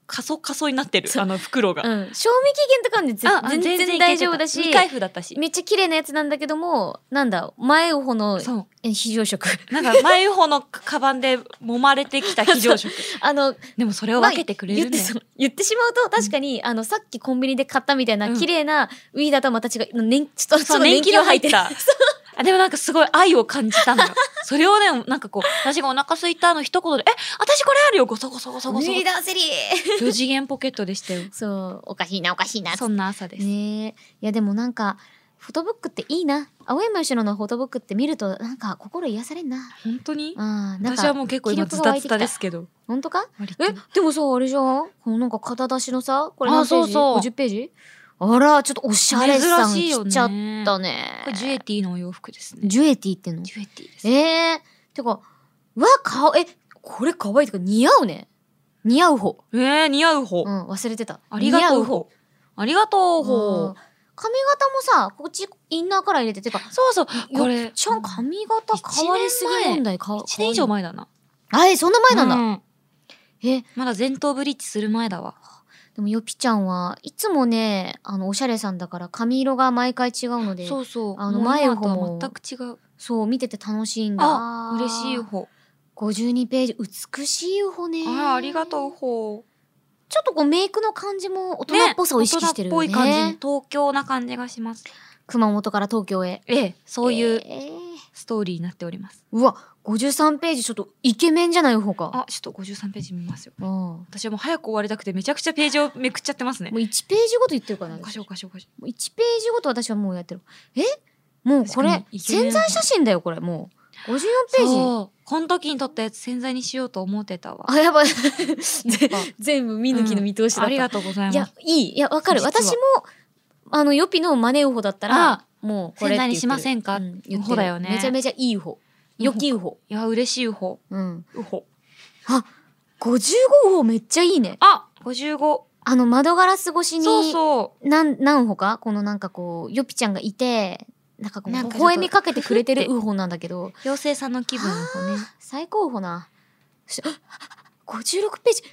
Speaker 1: カソカソになってる。あの袋が。
Speaker 2: うん、賞味期限とかにぜ
Speaker 1: ああ
Speaker 2: 全然
Speaker 1: いけて
Speaker 2: 大
Speaker 1: た
Speaker 2: 丈夫だし
Speaker 1: 未開封だったし。
Speaker 2: めっちゃ綺麗なやつなんだけどもなんだ前ウホの
Speaker 1: そう。
Speaker 2: え非常食
Speaker 1: なんか前ほのカバンで揉まれてきた非常 食。
Speaker 2: あの
Speaker 1: でもそれを分けてくれ
Speaker 2: 言
Speaker 1: る
Speaker 2: っ
Speaker 1: ん
Speaker 2: て
Speaker 1: だよ。
Speaker 2: そう言ってしまうと確かに、あのさっきコンビニで買ったみたいな綺麗なウィーダーとはまた違う、年ちょっとちょ
Speaker 1: そ
Speaker 2: っ
Speaker 1: う、
Speaker 2: と年
Speaker 1: 年
Speaker 2: 季
Speaker 1: 季
Speaker 2: が
Speaker 1: が入
Speaker 2: 入っ
Speaker 1: ってた。 あでもなんかすごい愛を感じた のよ。それをね、なんかこう、私がお腹空いたの一言で、え、私これあるよごそごそごそごそ。
Speaker 2: ウィーダーゼリー
Speaker 1: 4次元ポケットでしたよ。
Speaker 2: そう、おかしいな、おかしいな。
Speaker 1: そんな朝です。
Speaker 2: ねえ。いや、でもなんか、フォトブックっていいな。青山吉野のフォトブックって見ると、なんか心癒されんな。
Speaker 1: 本当に
Speaker 2: あーなんか
Speaker 1: 私はもう結構今ズタズタですけど。
Speaker 2: 本当か
Speaker 1: 割と
Speaker 2: え、でもさ、あれじゃんこのなんか肩出しのさ、これ
Speaker 1: あ
Speaker 2: 何ページ
Speaker 1: そうそう
Speaker 2: ?50 ページあら、ちょっとおしゃれ
Speaker 1: 珍
Speaker 2: さん
Speaker 1: しいよ
Speaker 2: 来
Speaker 1: ね。
Speaker 2: ちゃっ
Speaker 1: こ
Speaker 2: たね。
Speaker 1: れジュエティのお洋服ですね。
Speaker 2: ジュエティっての
Speaker 1: ジュエティです。
Speaker 2: ええー。てか、うわ、顔、え、これ可愛いとか似合うね。似合う方。
Speaker 1: えー、似合う方
Speaker 2: う。ん、忘れてた。
Speaker 1: ありが
Speaker 2: 似合
Speaker 1: と
Speaker 2: う
Speaker 1: う
Speaker 2: 方。
Speaker 1: 方。ありがとう
Speaker 2: うん
Speaker 1: 方。
Speaker 2: 髪型もさ、こっちインナーカラー入れて、てか、
Speaker 1: そうそう。こ
Speaker 2: こ
Speaker 1: れ、
Speaker 2: れ、ちゃん
Speaker 1: 1
Speaker 2: 髪型変わりすぎ問題か。
Speaker 1: 年以上
Speaker 2: 前。
Speaker 1: 前だな。
Speaker 2: あえ、そんな前なんだ。
Speaker 1: だ。
Speaker 2: え、
Speaker 1: まだ前頭ブリッジする前だわ。
Speaker 2: でもよぴちゃんはいつもね、あの、おしゃれさんだから髪色が毎回違うので、そう、
Speaker 1: そうそう。
Speaker 2: あ
Speaker 1: も
Speaker 2: の
Speaker 1: う
Speaker 2: 前
Speaker 1: 今
Speaker 2: 方
Speaker 1: と
Speaker 2: も
Speaker 1: は全く違う。
Speaker 2: 見てて楽しいんだ。
Speaker 1: あ、嬉しい。方。
Speaker 2: 52ページ、美しい方ね。
Speaker 1: あ、ありがとう。方。
Speaker 2: ちょっとこうメイクの感じも大人っぽさを意識してるよ
Speaker 1: 大
Speaker 2: ね。
Speaker 1: 人っぽい感じ、東京な感じがします。
Speaker 2: 熊本から東京へ。
Speaker 1: ええ、そういう
Speaker 2: えー
Speaker 1: ストーリーになっております。
Speaker 2: うわ、53ページ、ちょっとイケメンじゃない方か。
Speaker 1: あ、ちょっと53ページ見ますよ。
Speaker 2: うん。も
Speaker 1: 私はもう早く終わりたくてめちゃくちゃページをめくっちゃってますね
Speaker 2: う。1ページごと言ってるから
Speaker 1: お
Speaker 2: ね
Speaker 1: かしいおかしいおかしい。
Speaker 2: もう1ページごと私はもうやってる。えもうこ
Speaker 1: 確
Speaker 2: れ
Speaker 1: かに、イケメ
Speaker 2: 潜
Speaker 1: ン
Speaker 2: 在写真だよ、これ。もう。54ページ。
Speaker 1: そう。この時に撮ったやつ潜在にしようと思ってたわ。
Speaker 2: あ、やばい。ぜ 全部見抜きの見通しだった。
Speaker 1: ありがとうござい
Speaker 2: い
Speaker 1: ま
Speaker 2: や
Speaker 1: す。、
Speaker 2: いい。いや、わかる。
Speaker 1: 実は
Speaker 2: 私も、あの、ヨピの真似う方だったら
Speaker 1: あ、
Speaker 2: もうこれ
Speaker 1: 潜
Speaker 2: って言ってる。
Speaker 1: 在にしませんか
Speaker 2: う言ってる
Speaker 1: 方だよね
Speaker 2: めちゃめちゃいい方。良きう方。
Speaker 1: いや、嬉しい方。
Speaker 2: うん。
Speaker 1: うほ。
Speaker 2: 55方めっちゃいいね。
Speaker 1: あ、55。
Speaker 2: あの、窓ガラス越しに、
Speaker 1: そうそ
Speaker 2: なん、何歩かこのなんかこう、ヨピちゃんがいて、なんかこう、
Speaker 1: なん
Speaker 2: 微
Speaker 1: かちょっと
Speaker 2: 笑みかけてくれてるウホなんだけど、
Speaker 1: う。妖精さんの気分をね。
Speaker 2: 最高峰な。し56ページ。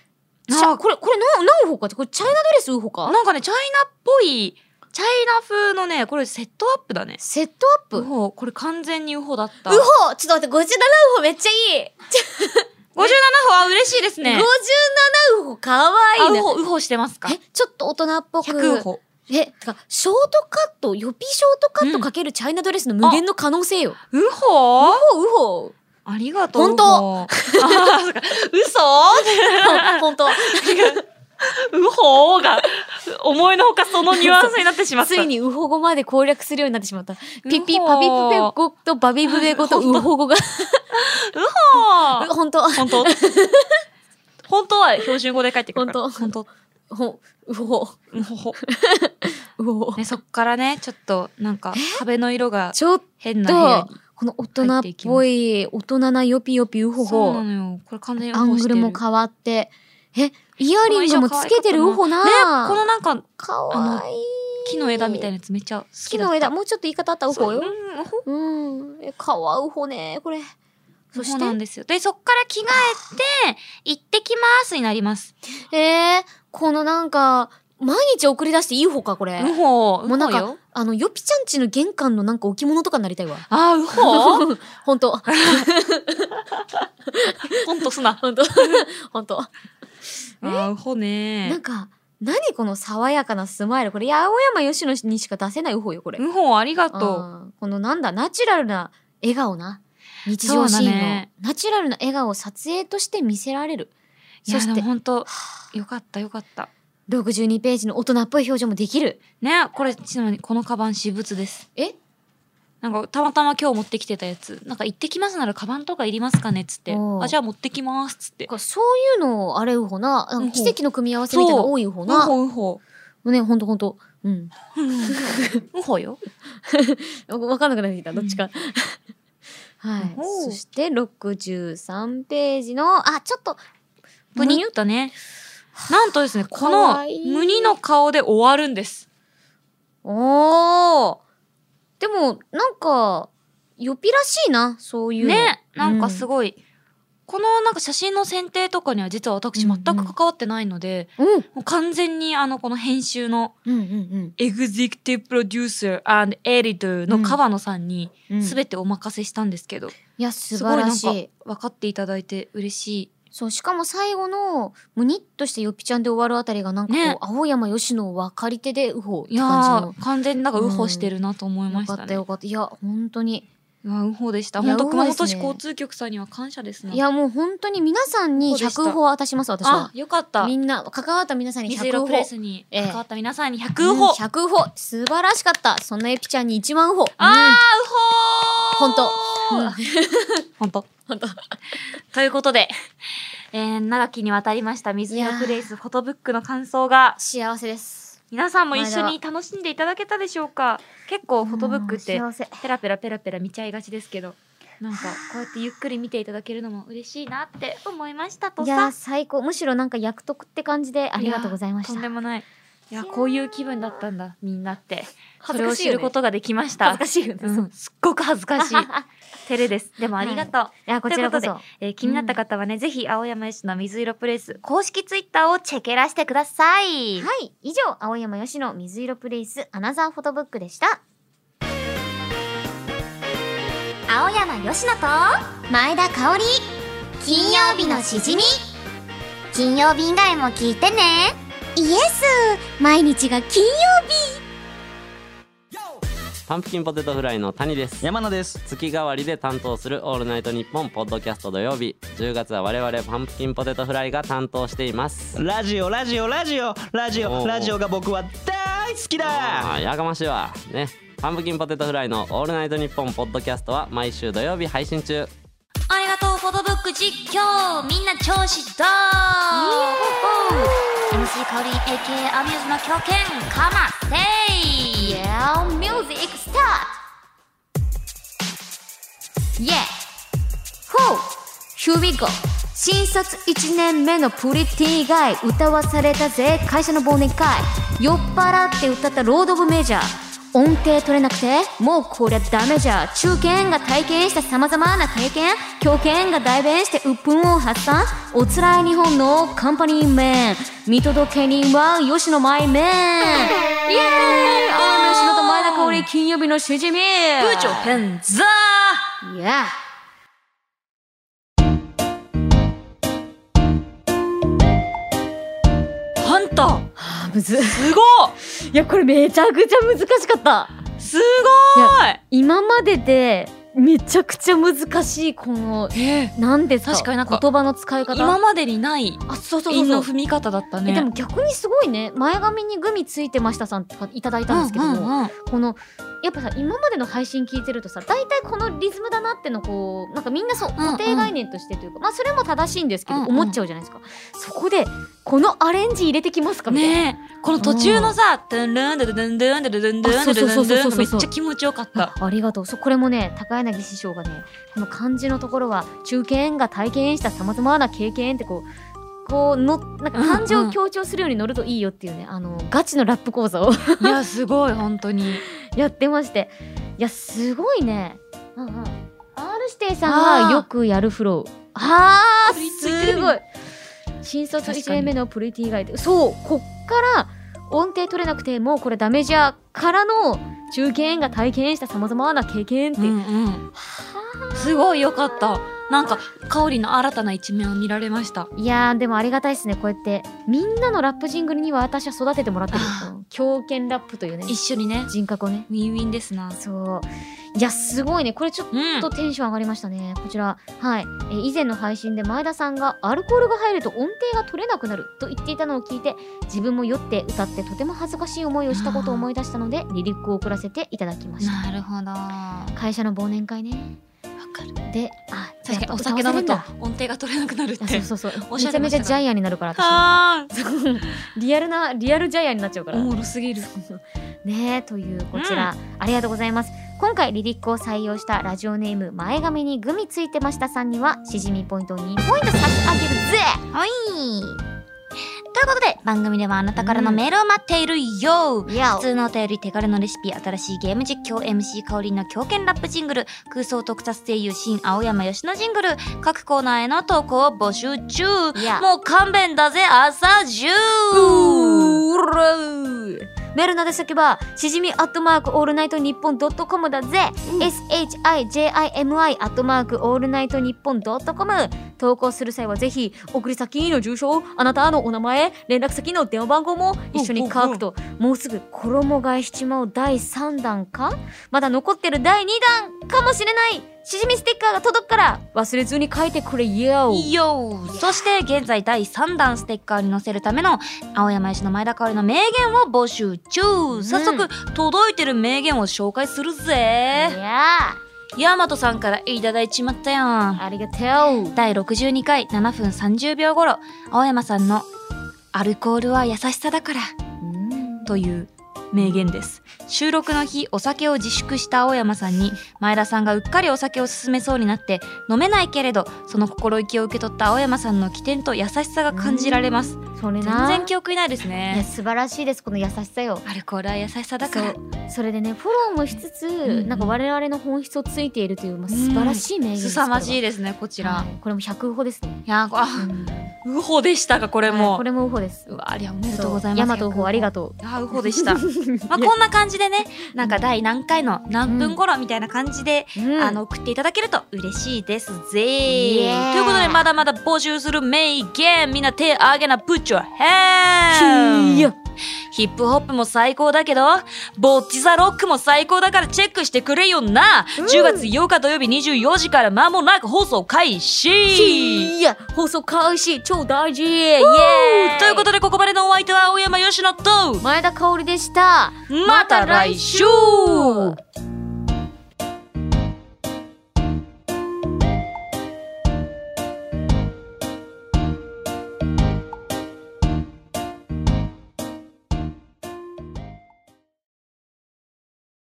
Speaker 1: あ
Speaker 2: じゃこれ、これ何、何歩かって、これチャイナドレスウホか
Speaker 1: なんかね、チャイナっぽい、チャイナ風のね、これセットアップだね。
Speaker 2: セットア
Speaker 1: う
Speaker 2: ップ。ウ
Speaker 1: ほこれ完全にウホだった。
Speaker 2: ホちょっと待って、57ウホめっちゃいい。
Speaker 1: 57歩は嬉しいですね。
Speaker 2: 57ウホかわ
Speaker 1: あ、
Speaker 2: い
Speaker 1: ウ
Speaker 2: いな。
Speaker 1: ホ、ウホしてますか
Speaker 2: え、ちょっと大人っぽく。
Speaker 1: ?100ウホ。
Speaker 2: え、てか、ショートカット、ヨピショートカットかけるチャイナドレスの無限の可能性よ。
Speaker 1: ウホ
Speaker 2: ウホウホ。
Speaker 1: ありがとう。
Speaker 2: 本当
Speaker 1: あーそっか嘘
Speaker 2: 本当。
Speaker 1: ウホが、思いのほかそのニュアンスになってしまった。
Speaker 2: ついにウホ語まで攻略するようになってしまった。ピッピ
Speaker 1: うほー
Speaker 2: パピプペ語とバビブベ語とウホ語が、
Speaker 1: 本
Speaker 2: 本当
Speaker 1: 当本当は標準語で書いてくるから。
Speaker 2: 本
Speaker 1: 本当。
Speaker 2: ほ、ウホ、
Speaker 1: ウホホ。
Speaker 2: ウホ。
Speaker 1: ね、そっからね、ちょっと、なんか、壁の色が
Speaker 2: ちょっ
Speaker 1: 変な部屋
Speaker 2: と
Speaker 1: に。、
Speaker 2: この大人っぽい、大人なヨピヨピウホ
Speaker 1: そうな
Speaker 2: ホ。
Speaker 1: のよ。これ完全にウ
Speaker 2: ア
Speaker 1: ホ
Speaker 2: ン
Speaker 1: し
Speaker 2: グ
Speaker 1: てる。
Speaker 2: ルも
Speaker 1: ね、
Speaker 2: 変わって、え、イヤリングもつけてるウホな。
Speaker 1: このなんか、
Speaker 2: かわいい。
Speaker 1: 木の枝みたいなやつめっちゃ好き
Speaker 2: 木
Speaker 1: だった。
Speaker 2: の枝、もうちょっと言い方あったウホよ
Speaker 1: そう。うんウホ
Speaker 2: うん。え、かわウホね、これ。
Speaker 1: そ
Speaker 2: そし
Speaker 1: う
Speaker 2: て
Speaker 1: な、んですよ。で、そっから着替えて、行ってきますになります。
Speaker 2: えー、このなんか、毎日送り出していい方か、これ。
Speaker 1: うほう。
Speaker 2: もうなん
Speaker 1: うほう
Speaker 2: か
Speaker 1: よ、
Speaker 2: あの、ヨピちゃんちの玄関のなんか置物とかになりたいわ。
Speaker 1: あー、う ほう。
Speaker 2: ほんと。
Speaker 1: ほんとすな。
Speaker 2: ほん と。ほ んと。
Speaker 1: あー、うほね
Speaker 2: なんか、何この爽やかなスマイル。これ、八百山吉野にしか出せない方よ、これ。
Speaker 1: うほう、ありがと
Speaker 2: あーこのなんだ、ナチュラルな笑顔な。日常シー
Speaker 1: そ
Speaker 2: ン
Speaker 1: う
Speaker 2: の、
Speaker 1: だね
Speaker 2: ナチュラルな笑顔を撮影として見せられる。
Speaker 1: う。いや、
Speaker 2: そ
Speaker 1: で
Speaker 2: し
Speaker 1: も
Speaker 2: て
Speaker 1: ほんと、よかった、よかった。
Speaker 2: 62ページの大人っぽい表情もできる。
Speaker 1: ね、これ、ちなみにこのカバン私物です。
Speaker 2: え
Speaker 1: なんか、たまたま今日持ってきてたやつ。なんか、行ってきますなら、カバンとかいりますかねっつって。
Speaker 2: おう
Speaker 1: あ、じゃあ持ってきます、つって
Speaker 2: なん。かそういうのをあれうほな、なんか奇跡の組み合わせみたいなの多い方
Speaker 1: う
Speaker 2: な。
Speaker 1: ほう、うほ
Speaker 2: ね、ほんとほんと。うん。
Speaker 1: う。うほうよ。
Speaker 2: わかんなくなってきた、どっちか。 はい。
Speaker 1: ほう
Speaker 2: そして63ページの、あ、ちょっと、
Speaker 1: むにゅっとね。なんとですね、こ
Speaker 2: か
Speaker 1: の
Speaker 2: わいい
Speaker 1: むにの顔で終わるんです。
Speaker 2: おー。でも、なんか、よぴらしいな、そういうの。
Speaker 1: ね、なんかすごい。このなんか写真の選定とかには実は私全く関わってないので、
Speaker 2: うん。うん
Speaker 1: もう完全にあのこの編集の
Speaker 2: うんうん
Speaker 1: エグゼクティブプロデューサー and エディターの川野さんに
Speaker 2: うん。
Speaker 1: 全てお任せしたんですけど、
Speaker 2: いや、素
Speaker 1: すごい
Speaker 2: 晴
Speaker 1: な
Speaker 2: ら
Speaker 1: ん
Speaker 2: し
Speaker 1: か
Speaker 2: い。
Speaker 1: 分かっていただいて嬉しい。
Speaker 2: そう、しかも最後の、むにっとしてよぴちゃんで終わるあたりが、なんかこう、
Speaker 1: ね
Speaker 2: 青山吉野を分かり手でうほうっ
Speaker 1: い
Speaker 2: て
Speaker 1: や
Speaker 2: 感じの。
Speaker 1: ー、完全になんかウホしてるなと思いま
Speaker 2: よ
Speaker 1: し
Speaker 2: か
Speaker 1: た
Speaker 2: った
Speaker 1: ね。
Speaker 2: よかった。いや、本当に。
Speaker 1: うわ、ウホでした。
Speaker 2: いや
Speaker 1: 本当
Speaker 2: ウホ
Speaker 1: 熊
Speaker 2: ですね
Speaker 1: 本市交通局さんには感謝ですね。
Speaker 2: いや、もう本当に皆さんに
Speaker 1: そうでした
Speaker 2: 100歩は渡します、私
Speaker 1: あ
Speaker 2: は、。
Speaker 1: よかった
Speaker 2: み。んな、関わった皆さんに
Speaker 1: 水
Speaker 2: 100
Speaker 1: 色
Speaker 2: 歩。
Speaker 1: プレスに
Speaker 2: ええ
Speaker 1: 関わった皆さんに100
Speaker 2: う
Speaker 1: ウ
Speaker 2: ん
Speaker 1: ホ。
Speaker 2: 100歩。素晴らしかった。そんなエピちゃんに1万歩。
Speaker 1: あー、
Speaker 2: ほ
Speaker 1: ウ
Speaker 2: んと
Speaker 1: ホー本当本当 ということで、えー、長きにわたりました水色プレイスフォトブックの感想が
Speaker 2: 幸せです。
Speaker 1: 皆さんも一緒に楽しんでいただけたでしょうか結構フォトブックって
Speaker 2: うん幸せ。
Speaker 1: ペラペラペラペラ見ちゃいがちですけどなんかこうやってゆっくり見ていただけるのも嬉しいなって思いましたと
Speaker 2: いや
Speaker 1: さ
Speaker 2: ー、最高。むしろなんか役得って感じでありがとうございました。
Speaker 1: とんでもないいやこういう気分だったんだみんなってそ
Speaker 2: 恥ず
Speaker 1: れ
Speaker 2: か
Speaker 1: を
Speaker 2: しい
Speaker 1: 知
Speaker 2: よね
Speaker 1: ることができました
Speaker 2: しいよね
Speaker 1: うん、すっごく恥ずか しい照れですでもありがとう、
Speaker 2: いや、こちらこそ。
Speaker 1: というこえー気になった方はね、ぜひ青山市の水色プレイス公式ツイッターをチェケラしてください
Speaker 2: はい、以上、青山よしの水色プレイスアナザーフォトブックでした。
Speaker 5: 青山吉野と前田香織金曜日のしじみ金曜日以外も聞いてねイエス毎日が金曜
Speaker 4: パンプキンポテトフライの谷です
Speaker 6: 山名です
Speaker 4: 月替わりで担当する「オールナイトニッポン」ポッドキャスト土曜日10月は我々パンプキンポテトフライが担当しています
Speaker 6: ラジオラジオラジオラジ
Speaker 4: おー
Speaker 6: オラジオが僕は大好き
Speaker 4: あ
Speaker 6: だ
Speaker 4: ーやがましいわねパンプキンポテトフライの「オールナイトニッポン」ポッドキャストは毎週土曜日配信中
Speaker 5: ありがとうフォトブック実況みんな調子だ MC 香り AKA アミューズの狂犬かませい Yeah music start Yeah
Speaker 2: Ho! Here we go! 新卒1年目のプリティ以外歌わされたぜ会社の忘年会酔っ払って歌ったロード・オブ・メジャー音程取れなくてもうこりゃダメじゃ中堅が体験した様々な経験狂犬が代弁して鬱憤を発散おつらい日本のカンパニーメン見届け人は吉野マイメンイエーイ青の吉野と前田香織金曜日のしじみ部長ペンザーイエー
Speaker 1: ハンター
Speaker 2: あむずい
Speaker 1: すご
Speaker 2: やこれめちゃくちゃ難しかった
Speaker 1: いすごーい
Speaker 2: 今まででめちゃくちゃ難しいこの
Speaker 1: えー
Speaker 2: なんですか
Speaker 1: 確かになんか
Speaker 2: 言葉の使い方
Speaker 1: 今までにない
Speaker 2: あそうそうそう
Speaker 1: 韻
Speaker 2: そ
Speaker 1: の
Speaker 2: う
Speaker 1: 踏み方だったね
Speaker 2: えでも逆にすごいね前髪にグミついてましたさんとかいただいたんですけども、
Speaker 1: うんうんうん
Speaker 2: このやっぱさ今までの配信聞いてるとさ大体このリズムだなってのこうなんかみんなそう
Speaker 1: うんうん
Speaker 2: 固定概念としてというか、まあそれも正しいんですけど、
Speaker 1: うんうん
Speaker 2: 思っちゃうじゃないですかそこでこのアレンジ入れてきますかみたいな、
Speaker 1: ねえこの途中のさ「ドゥンルンドゥドゥンドゥンドゥドゥンドゥンドゥドゥンドゥン」めっちゃ気持ちよかった
Speaker 2: ありがとう。そうこれもね、高柳師匠がね、この漢字のところは、中堅が体験した様々な経験ってこう、こうの、なんか感情を強調するように乗るといいよっていうね、あの、ガチのラップ講座を
Speaker 1: いやすごい本当に
Speaker 2: やってまして、いや、すごいね。うんうん。R 指定さん
Speaker 1: あー
Speaker 2: がよくやるフロー。あー、
Speaker 1: これいつ
Speaker 2: すごい。新卒1年目のプリティガイド。そう、こっから、音程取れなくてもうこれダメじゃからの中堅が体験したさまざまな経験って、
Speaker 7: うんうん、すごい良かったなんか香りの新たな一面を見られました
Speaker 2: いやーでもありがたいですねこうやってみんなのラップジングルには私は育ててもらってる
Speaker 7: あ
Speaker 2: 狂犬ラップというね
Speaker 7: 一緒にね
Speaker 2: 人格をね
Speaker 7: ウィンウィンですな
Speaker 2: そういやすごいねこれちょっと
Speaker 7: うん
Speaker 2: ちょっとテンション上がりましたね。こちら、はい。えー以前の配信で前田さんがアルコールが入ると音程が取れなくなると言っていたのを聞いて、自分も酔って歌ってとても恥ずかしい思いをしたことを思い出したので、離陸を送らせていただきました。
Speaker 7: なるほどわ
Speaker 2: 会社の忘年会ね。
Speaker 7: かる
Speaker 2: で、あ、
Speaker 7: 確かに
Speaker 2: や
Speaker 7: お
Speaker 2: っぱ
Speaker 7: 酒
Speaker 2: 歌
Speaker 7: 飲
Speaker 2: わせる
Speaker 7: む
Speaker 2: ん
Speaker 7: と
Speaker 2: だ
Speaker 7: 音程が取れなくなるって
Speaker 2: あそうそうそう。
Speaker 7: おっ
Speaker 2: め
Speaker 7: しゃっ
Speaker 2: ちゃ
Speaker 7: て
Speaker 2: め
Speaker 7: ま
Speaker 2: ち
Speaker 7: した
Speaker 2: ゃジャイアンになるから私。
Speaker 7: あ
Speaker 2: そうリアルな、リアルジャイアンになっちゃうか
Speaker 7: ー
Speaker 2: ら。
Speaker 7: おもろすぎる
Speaker 2: ねえというこちら、ありがとうございます今回リリックを採用したラジオネーム前髪にグミついてましたさんにはしじみポイントを2ポイント差し上げるぜ
Speaker 1: はい。ということで、番組ではあなたからのメールを待っているよ、
Speaker 2: や
Speaker 1: 普通のお便り手軽のレシピ新しいゲーム実況 MC 香りの狂犬ラップジングル空想特撮声優新青山吉野ジングル各コーナーへの投稿を募集中
Speaker 2: いや
Speaker 1: もう勘弁だぜ朝10
Speaker 2: メールの出先はしじみアットマークオールナイトニッポンドットコムだぜ、SHIJIMI アットマークオールナイトニッポンドットコム投稿する際はぜひ送り先の住所あなたのお名前連絡先の電話番号も一緒に書くともうすぐ衣替えしちまう第3弾かまだ残ってる第2弾かもしれないしじみステッカーが届くから忘れずに書いてくれよ
Speaker 1: よそして現在第3弾ステッカーに載せるための青山吉野前田香織の名言を募集中、早
Speaker 2: う
Speaker 1: 速届いてる名言を紹介する
Speaker 2: い
Speaker 1: ぜ
Speaker 2: や
Speaker 1: ヤマトさんからいただいちまったやん
Speaker 2: ーありがとう
Speaker 1: 第62回7分30秒頃青山さんの「アルコールは優しさだから」という名言です収録の日お酒を自粛した青山さんに前田さんがうっかりお酒を勧めそうになって飲めないけれどその心意気を受け取った青山さんの起点と優しさが感じられます
Speaker 2: それ
Speaker 1: 全
Speaker 2: な
Speaker 1: 然記憶にないです
Speaker 2: いや
Speaker 1: ね
Speaker 2: 素晴らしいですこの優しさよ
Speaker 1: アルコールは優しさだから
Speaker 2: それでねフォローもしつつ、
Speaker 1: んうん
Speaker 2: なんか我々の本質をついているという、まあ、素晴らしい名言です
Speaker 1: 凄まじい
Speaker 2: こ
Speaker 1: ですねこち
Speaker 2: れは
Speaker 1: ら
Speaker 2: はいこれも100歩ですね、
Speaker 1: いやーあ
Speaker 2: うん
Speaker 1: ウホでしたかこれ
Speaker 2: はい
Speaker 1: も
Speaker 2: これもウホです
Speaker 1: うわありゃおめでとうございます
Speaker 2: ヤマトウホありがと
Speaker 1: あー、ウホでした。まあ、
Speaker 2: いや
Speaker 1: こんな感じでね、なんか第何回の何分頃みたいな感じで、
Speaker 2: う、うん
Speaker 1: あの、送っていただけると嬉しいですぜ。と
Speaker 2: イエーイ
Speaker 1: いうことで、まだまだ募集する名言、みんな手あげな、put your hand! ヒップホップも最高だけど、ボッチザロックも最高だからチェックしてくれよな、!10 月8日土曜日24時から間もなく放送開始
Speaker 2: いや放送開始超大事イエーイ
Speaker 1: ということで、ここまでのお相手は青山よしのと、
Speaker 2: 前田香織でした
Speaker 1: また来週
Speaker 2: また来週